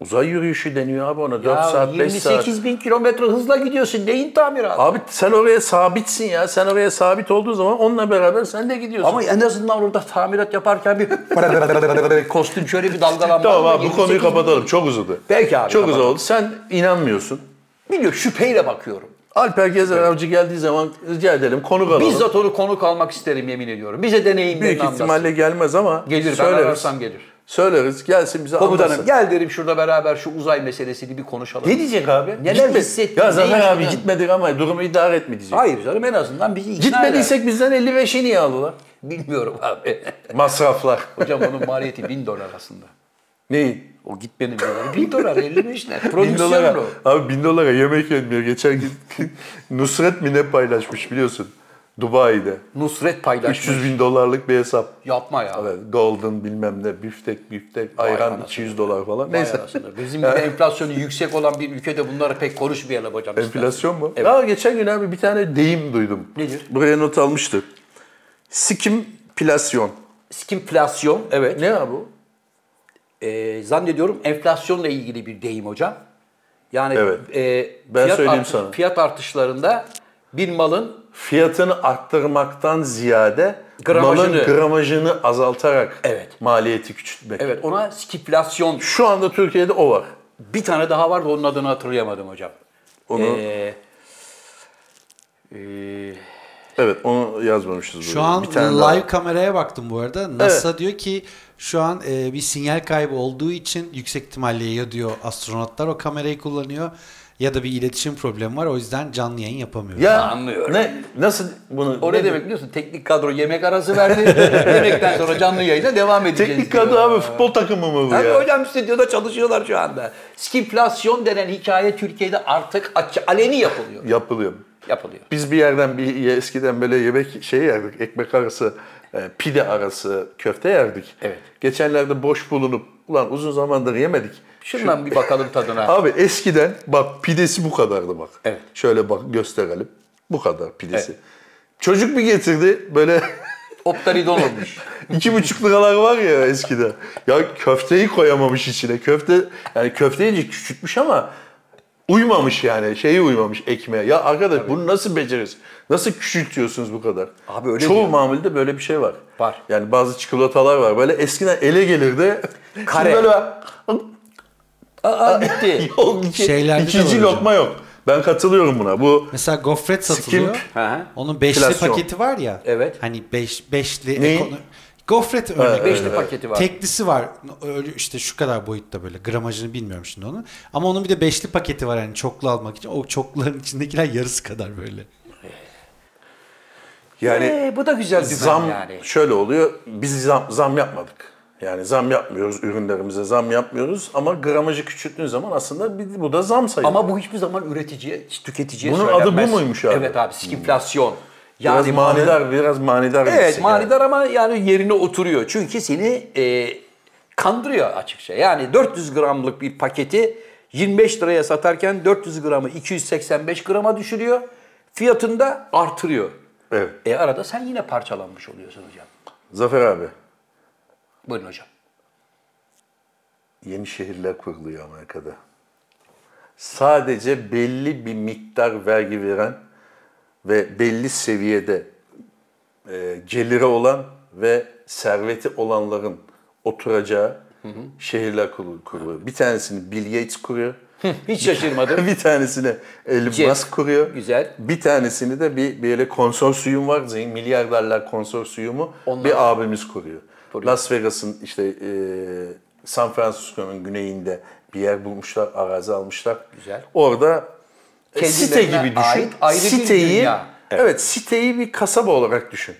Speaker 2: Uzay yürüyüşü deniyor abi ona. 4
Speaker 1: Ya
Speaker 2: saat 5 saat.
Speaker 1: 28 bin kilometre hızla gidiyorsun. Neyin tamiratı?
Speaker 2: Abi sen oraya sabitsin ya. Sen oraya sabit olduğu zaman onunla beraber sen de gidiyorsun.
Speaker 1: Ama en azından orada tamirat yaparken bir kostüm şöyle bir dalgalanma.
Speaker 2: tamam
Speaker 1: var.
Speaker 2: abi bu konuyu
Speaker 1: 28 bin-
Speaker 2: kapatalım. Çok uzadı.
Speaker 1: Peki abi,
Speaker 2: Çok uzadı
Speaker 1: kapatalım.
Speaker 2: oldu. Sen inanmıyorsun.
Speaker 1: Bilmiyorum şüpheyle bakıyorum.
Speaker 2: Alper Gezer Avcı geldiği zaman rica edelim konuk alalım.
Speaker 1: Bizzat onu konuk almak isterim yemin ediyorum. Bize deneyimlerini
Speaker 2: Büyük
Speaker 1: anlatsın.
Speaker 2: ihtimalle gelmez ama
Speaker 1: Gelir ben
Speaker 2: söyleriz.
Speaker 1: ararsam gelir.
Speaker 2: Söyleriz gelsin bize
Speaker 1: Komutanım
Speaker 2: anlatsın.
Speaker 1: gel derim şurada beraber şu uzay meselesini bir konuşalım.
Speaker 2: Ne diyecek abi?
Speaker 1: Neler hissettin,
Speaker 2: Ya
Speaker 1: ne
Speaker 2: Zafer abi
Speaker 1: yaşadın?
Speaker 2: gitmedik ama durumu idare etme diyecek.
Speaker 1: Hayır canım en azından bizi ikna eder.
Speaker 2: Gitmediysek bizden 55'i niye aldılar?
Speaker 1: Bilmiyorum abi.
Speaker 2: Masraflar.
Speaker 1: Hocam onun maliyeti bin dolar aslında.
Speaker 2: Neyi?
Speaker 1: O gitmenin doları bin dolar 55 ne?
Speaker 2: Bin dolara,
Speaker 1: Prodüksiyon o.
Speaker 2: abi bin dolara yemek yenmiyor. Geçen gün Nusret mi ne paylaşmış biliyorsun. Dubai'de.
Speaker 1: Nusret paylaşmış.
Speaker 2: 300 bin dolarlık bir hesap.
Speaker 1: Yapma ya.
Speaker 2: Evet, golden bilmem ne, biftek biftek, ayran 200 dolar falan.
Speaker 1: Vay
Speaker 2: Neyse.
Speaker 1: anasını. Bizim gibi enflasyonu yüksek olan bir ülkede bunları pek konuşmayalım hocam.
Speaker 2: Enflasyon mu? Ya geçen gün abi bir tane deyim duydum.
Speaker 1: Nedir?
Speaker 2: Buraya not almıştı. Sikim plasyon.
Speaker 1: Skimflasyon evet.
Speaker 2: Ne ya bu?
Speaker 1: Ee, zannediyorum enflasyonla ilgili bir deyim hocam. Yani
Speaker 2: Evet.
Speaker 1: e,
Speaker 2: Ben
Speaker 1: fiyat,
Speaker 2: söyleyeyim
Speaker 1: artış-
Speaker 2: sana.
Speaker 1: fiyat artışlarında bir malın
Speaker 2: Fiyatını arttırmaktan ziyade
Speaker 1: Gramajını.
Speaker 2: malın gramajını azaltarak
Speaker 1: Evet.
Speaker 2: maliyeti küçültmek.
Speaker 1: evet ona skiflasyon
Speaker 2: Şu anda Türkiye'de o var.
Speaker 1: Bir tane daha vardı onun Ee, adını hatırlayamadım hocam.
Speaker 2: Onu
Speaker 1: Ee, ee,
Speaker 2: Evet onu yazmamışız.
Speaker 3: Şu
Speaker 2: buraya.
Speaker 3: an
Speaker 2: Ee, Bir tane
Speaker 3: live
Speaker 2: daha-
Speaker 3: kameraya baktım bu arada. NASA diyor ki şu an e, bir sinyal kaybı olduğu için yüksek ihtimalle ya diyor astronotlar o kamerayı kullanıyor ya da bir iletişim problemi var. O yüzden canlı yayın yapamıyoruz.
Speaker 2: Ya
Speaker 1: Anlıyorum.
Speaker 2: Ne, nasıl bunu?
Speaker 1: O ne demek biliyorsun? Teknik kadro yemek arası verdi. Yemekten sonra canlı yayına devam edeceğiz.
Speaker 2: Teknik
Speaker 1: diyor.
Speaker 2: kadro abi futbol takımı mı bu
Speaker 1: Hem
Speaker 2: ya?
Speaker 1: hocam stüdyoda çalışıyorlar şu anda. Skiflasyon denen hikaye Türkiye'de artık aç- aleni yapılıyor.
Speaker 2: Yapılıyor.
Speaker 1: Yapılıyor.
Speaker 2: Biz bir yerden bir eskiden böyle yemek şey yerdik, ekmek arası, e, pide arası köfte yerdik.
Speaker 1: Evet.
Speaker 2: Geçenlerde boş bulunup, ulan uzun zamandır yemedik.
Speaker 1: Şundan bir bakalım tadına.
Speaker 2: Abi eskiden bak pidesi bu kadardı bak.
Speaker 1: Evet.
Speaker 2: Şöyle bak gösterelim. Bu kadar pidesi. Çocuk bir getirdi böyle
Speaker 1: Optaridon olmuş.
Speaker 2: iki buçuk liralar var ya eskiden. Ya köfteyi koyamamış içine. Köfte yani köfteyi de küçültmüş ama uymamış yani. Şeyi uymamış ekmeğe. Ya arkadaş bunu nasıl beceririz? Nasıl küçültüyorsunuz bu kadar?
Speaker 1: Abi öyle
Speaker 2: Çoğu
Speaker 1: diyor.
Speaker 2: mamulde böyle bir şey var.
Speaker 1: Var.
Speaker 2: Yani bazı çikolatalar var. Böyle eskiden ele gelirdi.
Speaker 1: Kare.
Speaker 2: Şimdi böyle
Speaker 1: Aa bitti.
Speaker 2: Yok, iki-
Speaker 3: Şeylerde de var
Speaker 2: ikinci
Speaker 3: hocam.
Speaker 2: lokma yok. Ben katılıyorum buna. Bu
Speaker 3: Mesela gofret satılıyor.
Speaker 2: Skimp.
Speaker 1: Hı hı.
Speaker 3: Onun beşli
Speaker 2: Enflasyon.
Speaker 3: paketi var ya.
Speaker 1: Evet.
Speaker 3: Hani beş, beşli
Speaker 2: Neyin?
Speaker 3: ekono- Gofret örnek.
Speaker 1: Beşli
Speaker 3: veriyorum.
Speaker 1: paketi var.
Speaker 3: Teklisi var. Öyle işte şu kadar boyutta böyle. Gramajını bilmiyorum şimdi onu. Ama onun bir de beşli paketi var yani çoklu almak için. O çokluların içindekiler yarısı kadar böyle.
Speaker 2: yani
Speaker 1: Ee, bu da güzel bir
Speaker 2: zam
Speaker 1: yani.
Speaker 2: şöyle oluyor. Biz zam, zam yapmadık. Yani zam yapmıyoruz ürünlerimize zam yapmıyoruz ama gramajı küçülttüğün zaman aslında bir- bu da zam sayılıyor.
Speaker 1: Ama bu hiçbir zaman üreticiye, tüketiciye
Speaker 2: Bunun adı bu
Speaker 1: söylenmez.
Speaker 2: muymuş abi? Hmm.
Speaker 1: Evet abi, skinflasyon.
Speaker 2: biraz
Speaker 1: Yani malın-
Speaker 2: manidar, biraz manidar. birisi
Speaker 1: Evet
Speaker 2: yani.
Speaker 1: manidar ama yani yerine oturuyor. Çünkü seni e, kandırıyor açıkça. Yani 400 gramlık bir paketi 25 liraya satarken 400 gramı 285 grama düşürüyor. Fiyatını da artırıyor.
Speaker 2: Evet.
Speaker 1: E arada sen yine parçalanmış oluyorsun hocam.
Speaker 2: Zafer abi
Speaker 1: Buyurun hocam.
Speaker 2: yeni şehirler kuruluyor Amerika'da. Sadece belli bir miktar vergi veren ve belli seviyede e, geliri olan ve serveti olanların oturacağı şehirler kurulu- kuruluyor. Bir tanesini Bill Gates kuruyor.
Speaker 1: Hiç şaşırmadım.
Speaker 2: bir tanesini Elon
Speaker 1: Jeff.
Speaker 2: Musk kuruyor.
Speaker 1: Güzel.
Speaker 2: Bir tanesini de bir böyle konsorsiyum var. Zengin milyarderler konsorsiyumu
Speaker 1: Onlar-
Speaker 2: bir abimiz kuruyor. Las Vegas'ın işte e, San Francisco'nun güneyinde bir yer bulmuşlar, arazi almışlar.
Speaker 1: Güzel.
Speaker 2: Orada e,
Speaker 1: Kendilerine
Speaker 2: site gibi düşün.
Speaker 1: ait ayrı bir
Speaker 2: siteyi,
Speaker 1: dünya.
Speaker 2: Evet. siteyi bir kasaba olarak düşün.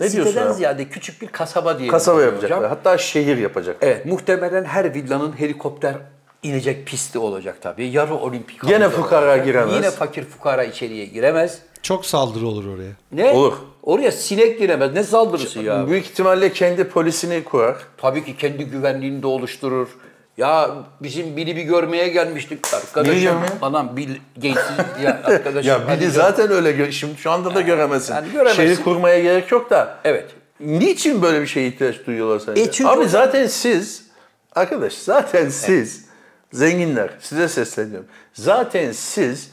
Speaker 2: Ne diyorsun?
Speaker 1: Siteden
Speaker 2: abi?
Speaker 1: ziyade küçük bir kasaba diyelim.
Speaker 2: Kasaba
Speaker 1: hocam.
Speaker 2: yapacaklar. Hatta şehir yapacaklar.
Speaker 1: Evet muhtemelen her villanın helikopter inecek pisti olacak tabii. Yarı olimpik.
Speaker 2: Gene
Speaker 1: havuz
Speaker 2: fukara
Speaker 1: olacak.
Speaker 2: giremez.
Speaker 1: Yine fakir fukara içeriye giremez.
Speaker 3: Çok saldırı olur oraya.
Speaker 1: Ne?
Speaker 2: Olur.
Speaker 1: Oraya sinek giremez. Ne saldırısı ya?
Speaker 2: Büyük ihtimalle kendi polisini kurar.
Speaker 1: Tabii ki kendi güvenliğini de oluşturur. Ya bizim Bill'i bir görmeye gelmiştik
Speaker 2: Neyi
Speaker 1: arkadaşım.
Speaker 2: görmeye?
Speaker 1: Adam Bill Gates'i ya arkadaşım.
Speaker 2: Ya
Speaker 1: hadi
Speaker 2: biri
Speaker 1: gör.
Speaker 2: zaten öyle gö- şimdi şu anda da göremezsin.
Speaker 1: hani yani hani göremezsin.
Speaker 2: Şehir kurmaya gerek yok da.
Speaker 1: Evet.
Speaker 2: Niçin böyle bir şeye ihtiyaç duyuyorlar sence?
Speaker 1: E çünkü
Speaker 2: Abi
Speaker 1: o-
Speaker 2: zaten siz arkadaş zaten siz zenginler size sesleniyorum. Zaten siz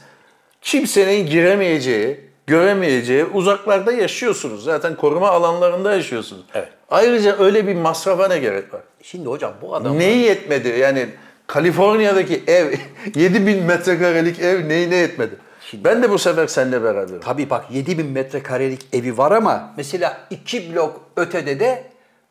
Speaker 2: kimsenin giremeyeceği, göremeyeceği uzaklarda yaşıyorsunuz. Zaten koruma alanlarında yaşıyorsunuz.
Speaker 1: Evet.
Speaker 2: Ayrıca öyle bir masrafa ne gerek var?
Speaker 1: Şimdi hocam bu adam
Speaker 2: Neyi yetmedi? Yani Kaliforniya'daki ev, 7000 metrekarelik ev neyine yetmedi? Ben de bu sefer seninle beraberim.
Speaker 1: tabii bak 7000 metrekarelik evi var ama mesela iki blok ötede de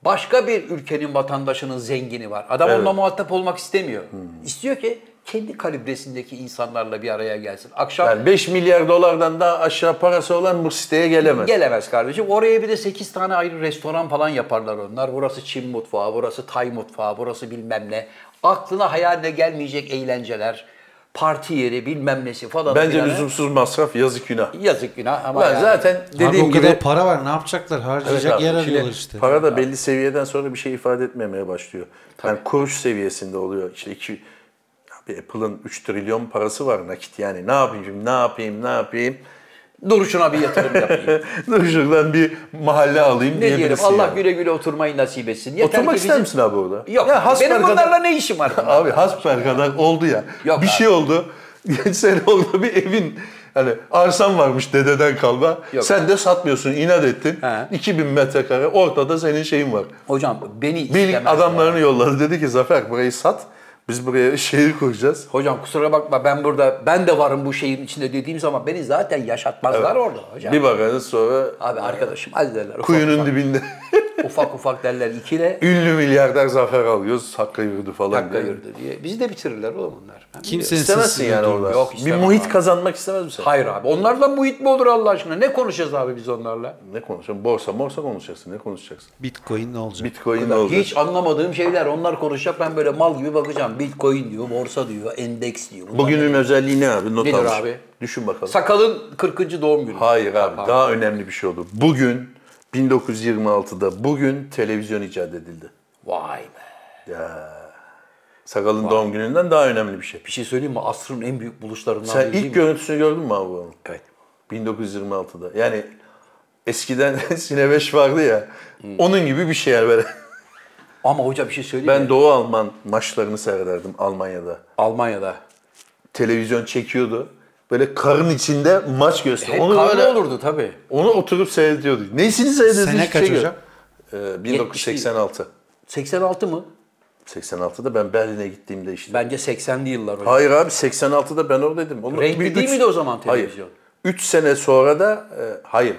Speaker 1: başka bir ülkenin vatandaşının zengini var. Adam onunla muhatap olmak istemiyor. İstiyor ki kendi kalibresindeki insanlarla bir araya gelsin. Akşam
Speaker 2: Yani 5 milyar dolardan daha aşağı parası olan bu siteye gelemez.
Speaker 1: Gelemez kardeşim. Oraya bir de 8 tane ayrı restoran falan yaparlar onlar. Burası Çin mutfağı, burası Tay mutfağı, burası bilmem ne. Aklına hayaline gelmeyecek eğlenceler, parti yeri bilmem nesi falan.
Speaker 2: Bence
Speaker 1: filanı.
Speaker 2: lüzumsuz masraf, yazık günah.
Speaker 1: Yazık günah ama
Speaker 2: Ulan
Speaker 1: yani.
Speaker 2: zaten dediğim
Speaker 3: Abi o
Speaker 2: gibi
Speaker 3: kadar para var ne yapacaklar? Harcayacak
Speaker 2: Evet abi,
Speaker 3: yer
Speaker 2: şimdi
Speaker 3: arıyorlar işte.
Speaker 2: Para da belli seviyeden sonra bir şey ifade etmemeye başlıyor. Yani kuruş seviyesinde oluyor. İşte iki, abi Apple'ın 3 trilyon parası var nakit. Yani ne yapayım, ne yapayım, ne yapayım.
Speaker 1: duruşuna bir yatırım yapayım.
Speaker 2: Dur şuradan bir mahalle alayım
Speaker 1: ne diyelim
Speaker 2: diyebilirsin
Speaker 1: Allah
Speaker 2: yani.
Speaker 1: güle güle oturmayı nasip etsin. Yeter
Speaker 2: Oturmak
Speaker 1: ki
Speaker 2: ister
Speaker 1: bizim-
Speaker 2: misin abi orada?
Speaker 1: Yok.
Speaker 2: Ya hasper
Speaker 1: benim
Speaker 2: kadar-
Speaker 1: bunlarla ne işim var?
Speaker 2: Abi hasper kadar oldu ya.
Speaker 1: Yok
Speaker 2: bir
Speaker 1: abi.
Speaker 2: şey oldu. Geçen sene orada bir evin hani arsan varmış dededen kalma.
Speaker 1: Yok.
Speaker 2: Sen de satmıyorsun, inat ettin.
Speaker 1: He.
Speaker 2: 2000 metrekare ortada senin şeyin var.
Speaker 1: Hocam beni
Speaker 2: Bir
Speaker 1: istemez.
Speaker 2: adamlarını yolladı dedi ki Zafer burayı sat. Biz buraya şehir kuracağız.
Speaker 1: Hocam kusura bakma ben burada ben de varım bu şeyin içinde dediğim zaman beni zaten yaşatmazlar orada hocam.
Speaker 2: Bir bakarız sonra
Speaker 1: Abi arkadaşım az derler. Ufak
Speaker 2: kuyunun
Speaker 1: ufak,
Speaker 2: dibinde
Speaker 1: ufak ufak derler ikile
Speaker 2: ünlü milyarder zafer alıyoruz. Hakka yürüdü falan.
Speaker 1: dakika
Speaker 2: diye.
Speaker 1: yürüdü diye. Bizi de bitirirler oğlum onlar. Ben
Speaker 3: Kimsenin
Speaker 2: İstemezsin
Speaker 3: sessizliği
Speaker 2: yani
Speaker 3: duymuyor.
Speaker 2: orada.
Speaker 1: Yok,
Speaker 2: bir
Speaker 1: istemem
Speaker 2: muhit
Speaker 1: abi.
Speaker 2: kazanmak istemez misin?
Speaker 1: Hayır abi. Onlarla muhit mi olur Allah aşkına? Ne konuşacağız abi biz onlarla?
Speaker 2: Ne konuşacaksın? Borsa morsa konuşacaksın. Ne konuşacaksın?
Speaker 3: Bitcoin ne olacak?
Speaker 2: Bitcoin ne olacak?
Speaker 1: Hiç anlamadığım şeyler. Onlar konuşacak ben böyle mal gibi bakacağım. Bitcoin diyor, borsa diyor, endeks diyor. Bunlar-
Speaker 2: Bugünün özelliği ne abi? Not
Speaker 1: Nedir
Speaker 2: almış.
Speaker 1: abi?
Speaker 2: Düşün bakalım.
Speaker 1: Sakalın 40. doğum günü.
Speaker 2: Hayır abi
Speaker 1: Tamam.
Speaker 2: daha önemli bir şey oldu. Bugün 1926'da bugün televizyon icat edildi.
Speaker 1: Vay be.
Speaker 2: Sakalın doğum gününden daha önemli bir şey.
Speaker 1: Bir şey söyleyeyim mi? Asrın en büyük buluşlarından
Speaker 2: Sen
Speaker 1: biri değil
Speaker 2: ilk
Speaker 1: mi?
Speaker 2: görüntüsünü gördün mü abi bunun?
Speaker 1: Evet.
Speaker 2: 1926'da. Yani eskiden Sine 5 vardı ya. Onun gibi bir şey yani böyle.
Speaker 1: Ama hocam bir şey söyleyeyim
Speaker 2: Ben
Speaker 1: mi?
Speaker 2: Doğu Alman maçlarını seyrederdim Almanya'da.
Speaker 1: Almanya'da.
Speaker 2: Televizyon çekiyordu. Böyle karın içinde maç
Speaker 1: Hep
Speaker 2: gösteriyor.
Speaker 1: Onu
Speaker 2: Onu böyle
Speaker 1: olurdu tabii.
Speaker 2: onu oturup seyrediyorduk. Nesini seyrediyorduk?
Speaker 3: Sene
Speaker 2: hiçbir
Speaker 3: kaç
Speaker 2: şey
Speaker 3: hocam?
Speaker 2: yok. Ee, 1986.
Speaker 1: 86 mı?
Speaker 2: 86'da ben Berlin'e gittiğimde işte.
Speaker 1: Bence 80'li yıllar hocam.
Speaker 2: Hayır abi 86'da ben oradaydım. Onun
Speaker 1: Renkli
Speaker 2: bir
Speaker 1: değil
Speaker 2: üç-
Speaker 1: miydi o zaman televizyon?
Speaker 2: Hayır. 3 sene sonra da e, hayır.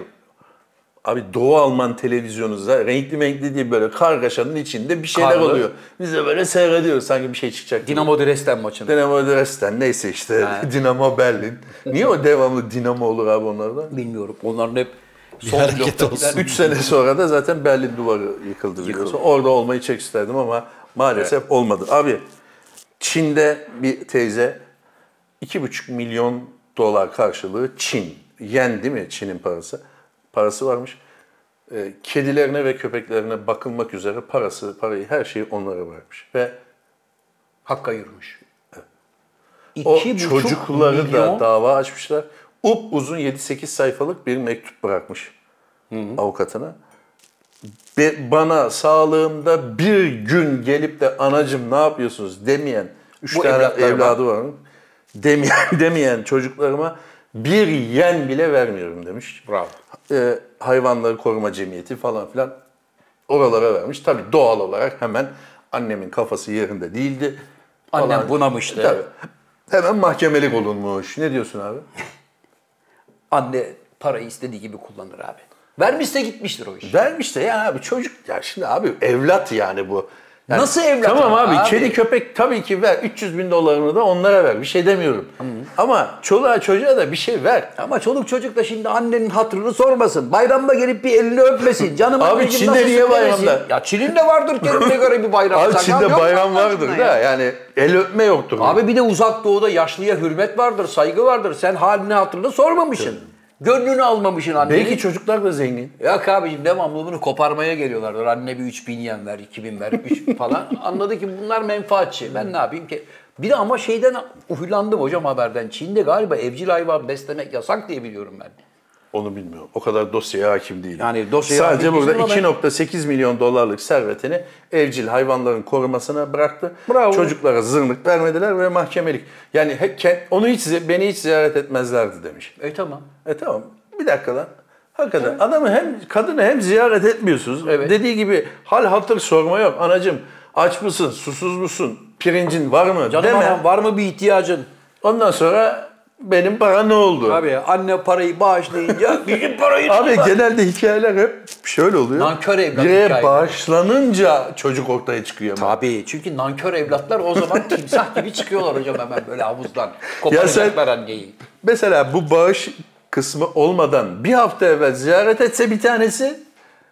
Speaker 2: Abi Doğu Alman televizyonunda renkli renkli diye böyle kargaşanın içinde bir şeyler
Speaker 1: Karlı.
Speaker 2: oluyor. Biz de böyle seyrediyoruz sanki bir şey çıkacak. gibi.
Speaker 1: Dinamo Dresden maçını.
Speaker 2: Dinamo Dresden neyse işte Dinamo Berlin. Niye o devamlı Dinamo olur abi onlarda?
Speaker 1: Bilmiyorum. Onların hep
Speaker 3: Bir
Speaker 1: son
Speaker 3: hareket
Speaker 1: blokta
Speaker 3: olsun.
Speaker 2: 3 sene sonra da zaten Berlin duvarı yıkıldı biliyorsun. Orada olmayı çok isterdim ama maalesef olmadı. Abi Çin'de bir teyze 2,5 milyon dolar karşılığı Çin. Yen değil mi Çin'in parası? Parası varmış. Ee, Kedilerine ve köpeklerine bakılmak üzere parası, parayı, her şeyi onlara bırakmış. Ve
Speaker 1: Hakka yürümüş.
Speaker 2: o
Speaker 1: İki buçuk
Speaker 2: çocukları
Speaker 1: milyon-
Speaker 2: da dava açmışlar. Up uzun 7-8 sayfalık bir mektup bırakmış avukatına. Ve bana sağlığımda bir gün gelip de anacım ne yapıyorsunuz demeyen üç
Speaker 1: Bu
Speaker 2: tane
Speaker 1: evlatlar var.
Speaker 2: evladı var. Demeyen demeyen çocuklarıma bir yen bile vermiyorum demiş.
Speaker 1: Bravo.
Speaker 2: Ee, hayvanları koruma cemiyeti falan filan oralara vermiş. Tabii doğal olarak hemen annemin kafası yerinde değildi.
Speaker 1: Annem
Speaker 2: falan.
Speaker 1: bunamıştı.
Speaker 2: Tabii. Hemen mahkemelik olunmuş. Ne diyorsun abi?
Speaker 1: Anne parayı istediği gibi kullanır abi. Vermişse gitmiştir o iş.
Speaker 2: Vermiş de yani abi çocuk ya şimdi abi evlat yani bu. Yani-
Speaker 1: Nasıl evlat
Speaker 2: Tamam
Speaker 1: ama
Speaker 2: abi,
Speaker 1: abi?
Speaker 2: kedi köpek tabii ki ver 300 bin dolarını da onlara ver bir şey demiyorum. Ama çoluğa çocuğa da bir şey ver.
Speaker 1: Ama çoluk çocuk da şimdi annenin hatırını sormasın. Bayramda gelip bir elini öpmesin. Canım
Speaker 2: Abi
Speaker 1: anneciğim
Speaker 2: Çin'de
Speaker 1: nasılsın
Speaker 2: niye bayramda?
Speaker 1: demesin. Ya Çin'in de vardır kendine göre bir bayram.
Speaker 2: Abi
Speaker 1: sakal
Speaker 2: Çin'de
Speaker 1: yok mu
Speaker 2: bayram
Speaker 1: Allah aşkına
Speaker 2: vardır
Speaker 1: ya?
Speaker 2: da yani el öpme yoktur.
Speaker 1: Abi bir de uzak doğuda yaşlıya hürmet vardır, saygı vardır. Sen halini hatırını sormamışsın. Gönlünü almamışsın annenin.
Speaker 2: Belki çocuklar da zengin.
Speaker 1: Yok abicim devamlı bunu koparmaya geliyorlardır. Anne bir 3000 yen ver, 2000 ver, 3 falan. Anladı ki bunlar menfaatçi. Ben ne yapayım ki? Bir de ama şeyden uhlandım hocam haberden. Çin'de galiba evcil hayvan beslemek yasak diye biliyorum ben.
Speaker 2: Onu bilmiyorum. O kadar dosyaya hakim değilim.
Speaker 1: Yani dosyaya
Speaker 2: Sadece
Speaker 1: hakim
Speaker 2: burada
Speaker 1: değilim ama ben-
Speaker 2: 2.8 milyon dolarlık servetini evcil hayvanların korumasına bıraktı.
Speaker 1: Bravo.
Speaker 2: Çocuklara zırnık vermediler ve mahkemelik. Yani hep kend- onu hiç beni hiç ziyaret etmezlerdi demiş.
Speaker 1: E tamam.
Speaker 2: E tamam. Bir dakika lan. Hakikaten adamı hem kadını hem ziyaret etmiyorsunuz.
Speaker 1: Evet.
Speaker 2: Dediği gibi hal hatır sorma yok. Anacım aç mısın, susuz musun, pirincin var mı
Speaker 1: Canım
Speaker 2: deme.
Speaker 1: anam, var mı bir ihtiyacın?
Speaker 2: Ondan sonra benim para ne oldu?
Speaker 1: Abi ya, anne parayı bağışlayınca bizim parayı
Speaker 2: Abi
Speaker 1: tutma.
Speaker 2: genelde hikayeler hep şöyle oluyor.
Speaker 1: Nankör evlat
Speaker 2: Bireye
Speaker 1: hikayeleri.
Speaker 2: bağışlanınca çocuk ortaya çıkıyor. ama.
Speaker 1: Tabii çünkü nankör evlatlar o zaman timsah gibi çıkıyorlar hocam hemen böyle havuzdan. Koparacaklar anneyi.
Speaker 2: Mesela bu bağış kısmı olmadan bir hafta evvel ziyaret etse bir tanesi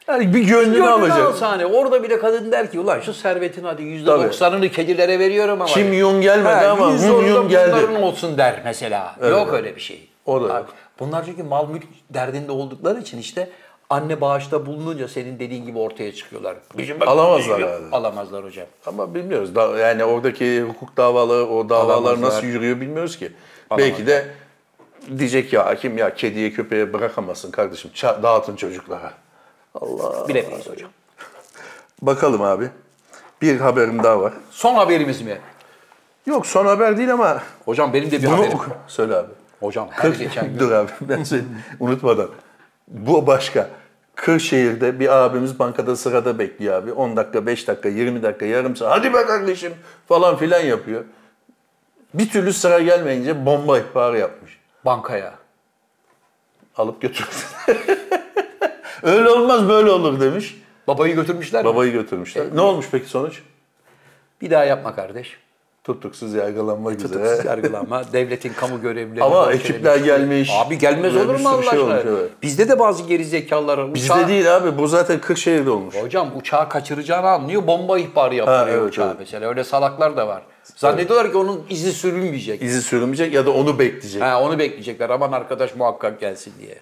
Speaker 2: yani bir gönlünü, alacak.
Speaker 1: alsa hani orada bile kadın der ki ulan şu servetin hadi yüzde
Speaker 2: Tabii.
Speaker 1: doksanını kedilere veriyorum ama.
Speaker 2: Kim yun gelmedi
Speaker 1: Ha,
Speaker 2: ama
Speaker 1: yüz
Speaker 2: hun
Speaker 1: orada
Speaker 2: yun geldi.
Speaker 1: Bunların olsun der mesela. Yok öyle bir şey.
Speaker 2: O da
Speaker 1: Abi,
Speaker 2: yok.
Speaker 1: Bunlar çünkü mal mülk derdinde oldukları için işte anne bağışta bulununca senin dediğin gibi ortaya çıkıyorlar. Bizim bak-
Speaker 2: Alamazlar herhalde.
Speaker 1: Alamazlar hocam.
Speaker 2: Ama bilmiyoruz. Da, yani oradaki hukuk davaları, o davalar
Speaker 1: Alamazlar.
Speaker 2: nasıl yürüyor bilmiyoruz ki. Belki de diyecek ya hakim ya kediye köpeğe bırakamazsın kardeşim. Ça- dağıtın çocuklara.
Speaker 1: Bilemeyiz hocam.
Speaker 2: Bakalım abi. Bir haberim daha var.
Speaker 1: Son haberimiz mi?
Speaker 2: Yok son haber değil ama
Speaker 1: Hocam benim de bir
Speaker 2: Bunu-
Speaker 1: haberim.
Speaker 2: Söyle abi.
Speaker 1: Hocam her geçen gün
Speaker 2: Dur abi ben söyleyeyim. Unutmadan. Bu başka. Kırşehir'de bir abimiz bankada sırada bekliyor abi. 10 dakika, 5 dakika, 20 dakika, yarım saat. Hadi be kardeşim falan filan yapıyor. Bir türlü sıra gelmeyince bomba ihbarı yapmış.
Speaker 1: Bankaya.
Speaker 2: Alıp götürdü. Öyle olmaz böyle olur demiş.
Speaker 1: Babayı götürmüşler mi?
Speaker 2: Babayı götürmüşler.
Speaker 1: E,
Speaker 2: ne olmuş peki sonuç?
Speaker 1: Bir daha yapma kardeş.
Speaker 2: Tutuksuz yargılanma
Speaker 1: Tutuksuz
Speaker 2: üzere.
Speaker 1: yargılanma. Devletin kamu görevlileri.
Speaker 2: Ee? Ama
Speaker 1: böyle
Speaker 2: ekipler
Speaker 1: şeyler-
Speaker 2: gelmiş.
Speaker 1: Abi gelmez
Speaker 2: Böyle
Speaker 1: olur
Speaker 2: bir
Speaker 1: mu Allah
Speaker 2: sürü şey
Speaker 1: aşkına?
Speaker 2: olmuş, evet.
Speaker 1: Bizde de bazı gerizekalılar
Speaker 2: Bizde
Speaker 1: uçağı-
Speaker 2: değil abi bu zaten Kırşehir'de olmuş.
Speaker 1: Hocam uçağı kaçıracağını anlıyor, bomba ihbarı yapıyor
Speaker 2: Ha, evet,
Speaker 1: uçağa
Speaker 2: evet.
Speaker 1: mesela. Öyle salaklar da var. Zannediyorlar ki onun izi sürülmeyecek.
Speaker 2: İzi sürmeyecek ya da onu bekleyecek.
Speaker 1: Ha, onu bekleyecekler. Aman arkadaş muhakkak gelsin diye.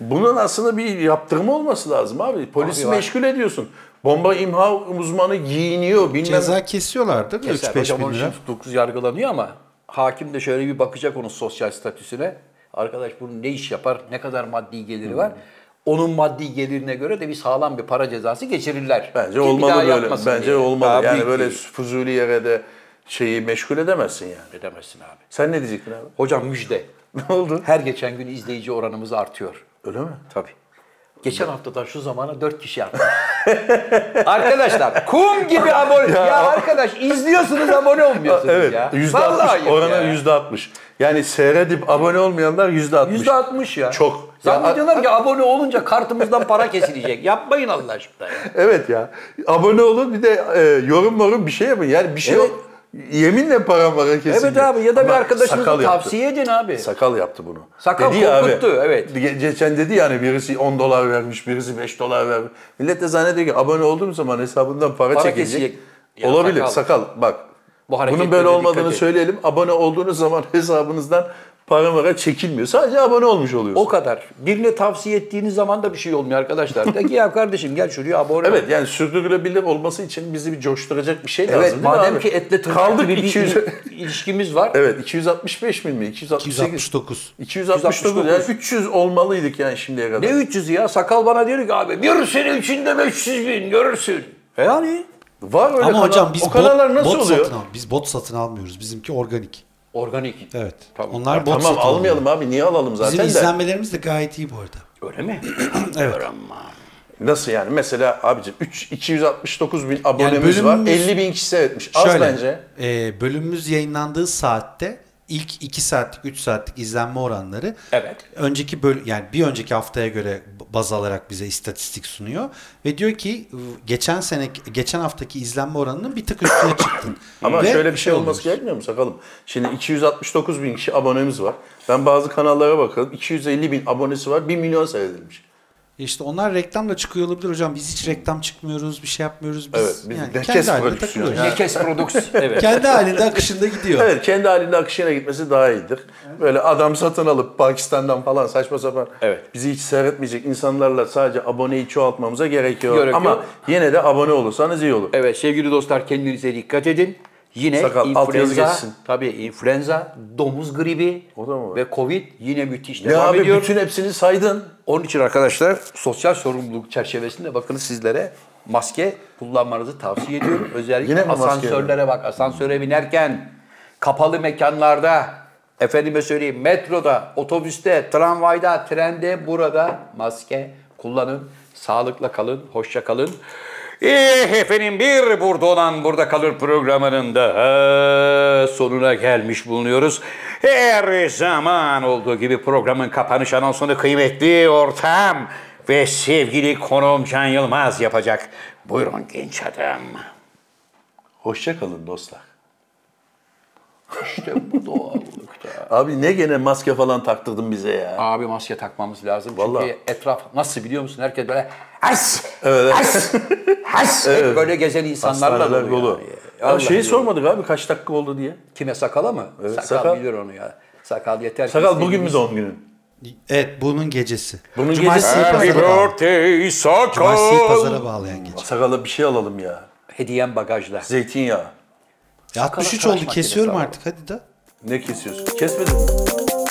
Speaker 2: Bunun aslında bir yaptırımı olması lazım abi. Polisi
Speaker 1: Abi var.
Speaker 2: meşgul ediyorsun. Bomba imha uzmanı giyiniyor bilmem.
Speaker 3: Ceza kesiyorlardır değil mi?
Speaker 1: Keser.
Speaker 3: 3-5
Speaker 1: Hocam
Speaker 3: bin
Speaker 1: onun için
Speaker 3: lira.
Speaker 1: tutuksuz yargılanıyor ama hakim de şöyle bir bakacak onun sosyal statüsüne. Arkadaş bunun ne iş yapar, ne kadar maddi geliri var.
Speaker 2: Hmm.
Speaker 1: Onun maddi gelirine göre de bir sağlam bir para cezası geçirirler. Ki
Speaker 2: Bence
Speaker 1: bir
Speaker 2: olmalı
Speaker 1: daha
Speaker 2: böyle.
Speaker 1: yapmasın
Speaker 2: Bence
Speaker 1: diye.
Speaker 2: olmalı.
Speaker 1: Tabii
Speaker 2: yani
Speaker 1: ki.
Speaker 2: böyle fuzuli yere de şeyi meşgul edemezsin yani.
Speaker 1: Edemezsin abi.
Speaker 2: Sen ne diyecektin abi?
Speaker 1: Hocam müjde.
Speaker 2: Ne oldu?
Speaker 1: Her geçen gün izleyici oranımız artıyor.
Speaker 2: Öyle mi?
Speaker 1: Tabii. Geçen haftadan şu zamana 4 kişi artmış. arkadaşlar kum gibi abone. Ya, arkadaş izliyorsunuz abone olmuyorsunuz ya.
Speaker 2: Yüzde
Speaker 1: Vallahi
Speaker 2: altmış.
Speaker 1: ayıp ya.
Speaker 2: Oranı yüzde altmış. Yani seyredip abone olmayanlar yüzde altmış.
Speaker 1: Yüzde altmış ya.
Speaker 2: Çok.
Speaker 1: Zannediyorlar ki abone olunca kartımızdan para kesilecek. Yapmayın Allah aşkına ya.
Speaker 2: Evet ya. Abone olun bir de e, yorum morum bir şey yapın. Yani bir şey
Speaker 1: Evet.
Speaker 2: yok. Yeminle param var kesin.
Speaker 1: Evet abi ya da bir arkadaşınıza
Speaker 2: sakal yaptı.
Speaker 1: tavsiye edin abi.
Speaker 2: Sakal yaptı bunu.
Speaker 1: Sakal
Speaker 2: ya
Speaker 1: korkuttu, evet.
Speaker 2: Ge- Geçen dedi yani birisi 10 dolar vermiş, birisi 5 dolar vermiş. Millet de zannediyor ki abone olduğum zaman hesabından para,
Speaker 1: Para
Speaker 2: çekilecek.
Speaker 1: kesecek. Ya
Speaker 2: Olabilir
Speaker 1: sakal.
Speaker 2: sakal. bak.
Speaker 1: Bu hareketlere
Speaker 2: Bunun böyle
Speaker 1: dikkat
Speaker 2: olmadığını
Speaker 1: et.
Speaker 2: söyleyelim. Abone olduğunuz zaman hesabınızdan para mara çekilmiyor. Sadece abone olmuş oluyorsunuz.
Speaker 1: O kadar. Birine tavsiye ettiğiniz zaman da bir şey olmuyor arkadaşlar. De ki ya kardeşim gel şuraya abone ol.
Speaker 2: Evet yani sürdürülebilir olması için bizi bir coşturacak bir şey
Speaker 1: Evet,
Speaker 2: lazım. değil mi
Speaker 1: madem
Speaker 2: abi?
Speaker 1: ki etle tırnak
Speaker 2: kaldık
Speaker 1: gibi bir
Speaker 2: 200
Speaker 1: il- ilişkimiz var.
Speaker 2: Evet 265 bin mi? 268.
Speaker 3: 269.
Speaker 2: 269 yani 300 olmalıydık yani şimdiye kadar.
Speaker 1: Ne 300 ya? Sakal bana diyor ki abi bir sene içinde 500 bin görürsün. E yani?
Speaker 2: Var öyle
Speaker 3: Ama
Speaker 2: kanal-
Speaker 3: hocam biz
Speaker 2: o kanallar
Speaker 3: bot,
Speaker 2: nasıl
Speaker 3: bot
Speaker 2: oluyor?
Speaker 3: satın al- Biz bot satın almıyoruz. Bizimki organik.
Speaker 1: Organik.
Speaker 3: Evet.
Speaker 1: Tamam.
Speaker 3: Onlar bot
Speaker 2: Tamam
Speaker 3: satın alıyor.
Speaker 2: almayalım abi niye alalım zaten
Speaker 3: Bizim
Speaker 2: de.
Speaker 3: izlenmelerimiz de gayet iyi bu arada.
Speaker 1: Öyle mi?
Speaker 3: Evet.
Speaker 2: Nasıl yani mesela abicim 3 269 bin abonemiz
Speaker 3: Yani
Speaker 2: var.
Speaker 3: bölümümüz-
Speaker 2: 50 bin kişi seyretmiş. Az
Speaker 3: Şöyle,
Speaker 2: bence.
Speaker 3: e, bölümümüz yayınlandığı saatte ilk 2 saatlik 3 saatlik izlenme oranları
Speaker 1: Evet.
Speaker 3: önceki böl yani bir önceki haftaya göre baz alarak bize istatistik sunuyor ve diyor ki geçen sene geçen haftaki izlenme oranının bir tık üstüne çıktın.
Speaker 2: Ama
Speaker 3: Ve
Speaker 2: şöyle bir şey olması
Speaker 3: oluyor.
Speaker 2: gerekmiyor mu sakalım? Şimdi 269 bin kişi abonemiz var. Ben bazı kanallara bakalım. 250 bin abonesi var. 1 milyon seyredilmiş.
Speaker 3: İşte E onlar reklamla çıkıyor olabilir hocam. Biz hiç reklam çıkmıyoruz, bir şey yapmıyoruz. Biz,
Speaker 2: Evet, biz
Speaker 3: yani
Speaker 2: de
Speaker 3: kendi
Speaker 2: kes
Speaker 3: halinde
Speaker 2: prodüksiyon
Speaker 3: takılıyoruz.
Speaker 2: yani.
Speaker 1: Nekes Products. Evet.
Speaker 3: Kendi halinde akışında gidiyor.
Speaker 2: Evet kendi halinde akışına gitmesi daha iyidir. Böyle adam satın alıp Pakistan'dan falan saçma sapan
Speaker 1: Evet.
Speaker 2: bizi hiç seyretmeyecek insanlarla sadece aboneyi çoğaltmamıza gerek yok.
Speaker 1: Gerek
Speaker 2: Ama
Speaker 1: yok.
Speaker 2: yine de abone olursanız iyi olur.
Speaker 1: Evet sevgili dostlar kendinize dikkat edin. Yine
Speaker 2: Sakal,
Speaker 1: influenza,
Speaker 2: alt yazı geçsin.
Speaker 1: tabii influenza, domuz gribi
Speaker 2: O da mı var?
Speaker 1: ve covid yine müthiş
Speaker 2: Ya
Speaker 1: devam
Speaker 2: abi
Speaker 1: ediyor.
Speaker 2: bütün hepsini saydın.
Speaker 1: Onun için arkadaşlar sosyal sorumluluk çerçevesinde bakın sizlere maske kullanmanızı tavsiye ediyorum. Özellikle
Speaker 2: Yine mi maske
Speaker 1: asansörlere bak. Asansöre binerken, kapalı mekanlarda, efendime söyleyeyim metroda, otobüste, tramvayda, trende, burada maske kullanın. Sağlıkla kalın, hoşça kalın.
Speaker 4: Eh efendim bir burada olan burada kalır programının daha sonuna gelmiş bulunuyoruz. Her zaman olduğu gibi programın kapanış anonsunu kıymetli ortağım ve sevgili konuğum Can Yılmaz yapacak. Buyurun genç adam.
Speaker 2: Hoşçakalın dostlar.
Speaker 1: İşte bu doğallıkta.
Speaker 2: Abi ne gene maske falan taktırdın bize ya.
Speaker 1: Abi maske takmamız lazım.
Speaker 2: Vallahi.
Speaker 1: Çünkü etraf nasıl biliyor musun? Herkes böyle has, has, has. Hep böyle gezen insanlarla
Speaker 2: Hastaneler
Speaker 1: dolu.
Speaker 2: dolu. şey
Speaker 1: Yani.
Speaker 2: Ama şeyi
Speaker 1: Vallahi
Speaker 2: sormadık abi kaç dakika oldu diye.
Speaker 1: Kime sakala mı? sakal,
Speaker 2: sakal.
Speaker 1: bilir onu ya. Sakal yeter ki
Speaker 2: Sakal bugün mü
Speaker 1: istediğimiz-
Speaker 2: doğum günün?
Speaker 3: Evet, bunun gecesi.
Speaker 2: Bunun
Speaker 3: Cumartesi
Speaker 2: gecesi-
Speaker 3: pazara
Speaker 4: Happy
Speaker 3: bağlı.
Speaker 4: birthday
Speaker 3: Cumartesiyi
Speaker 4: sakal.
Speaker 3: pazara bağlayan gece.
Speaker 2: Sakala bir şey alalım ya.
Speaker 1: Hediyem bagajda.
Speaker 2: Zeytinyağı.
Speaker 3: Ya 63
Speaker 1: tıraş
Speaker 3: oldu
Speaker 1: makinesi
Speaker 3: kesiyorum
Speaker 1: abi.
Speaker 3: artık hadi da.
Speaker 2: Ne kesiyorsun? Kesmedin mi?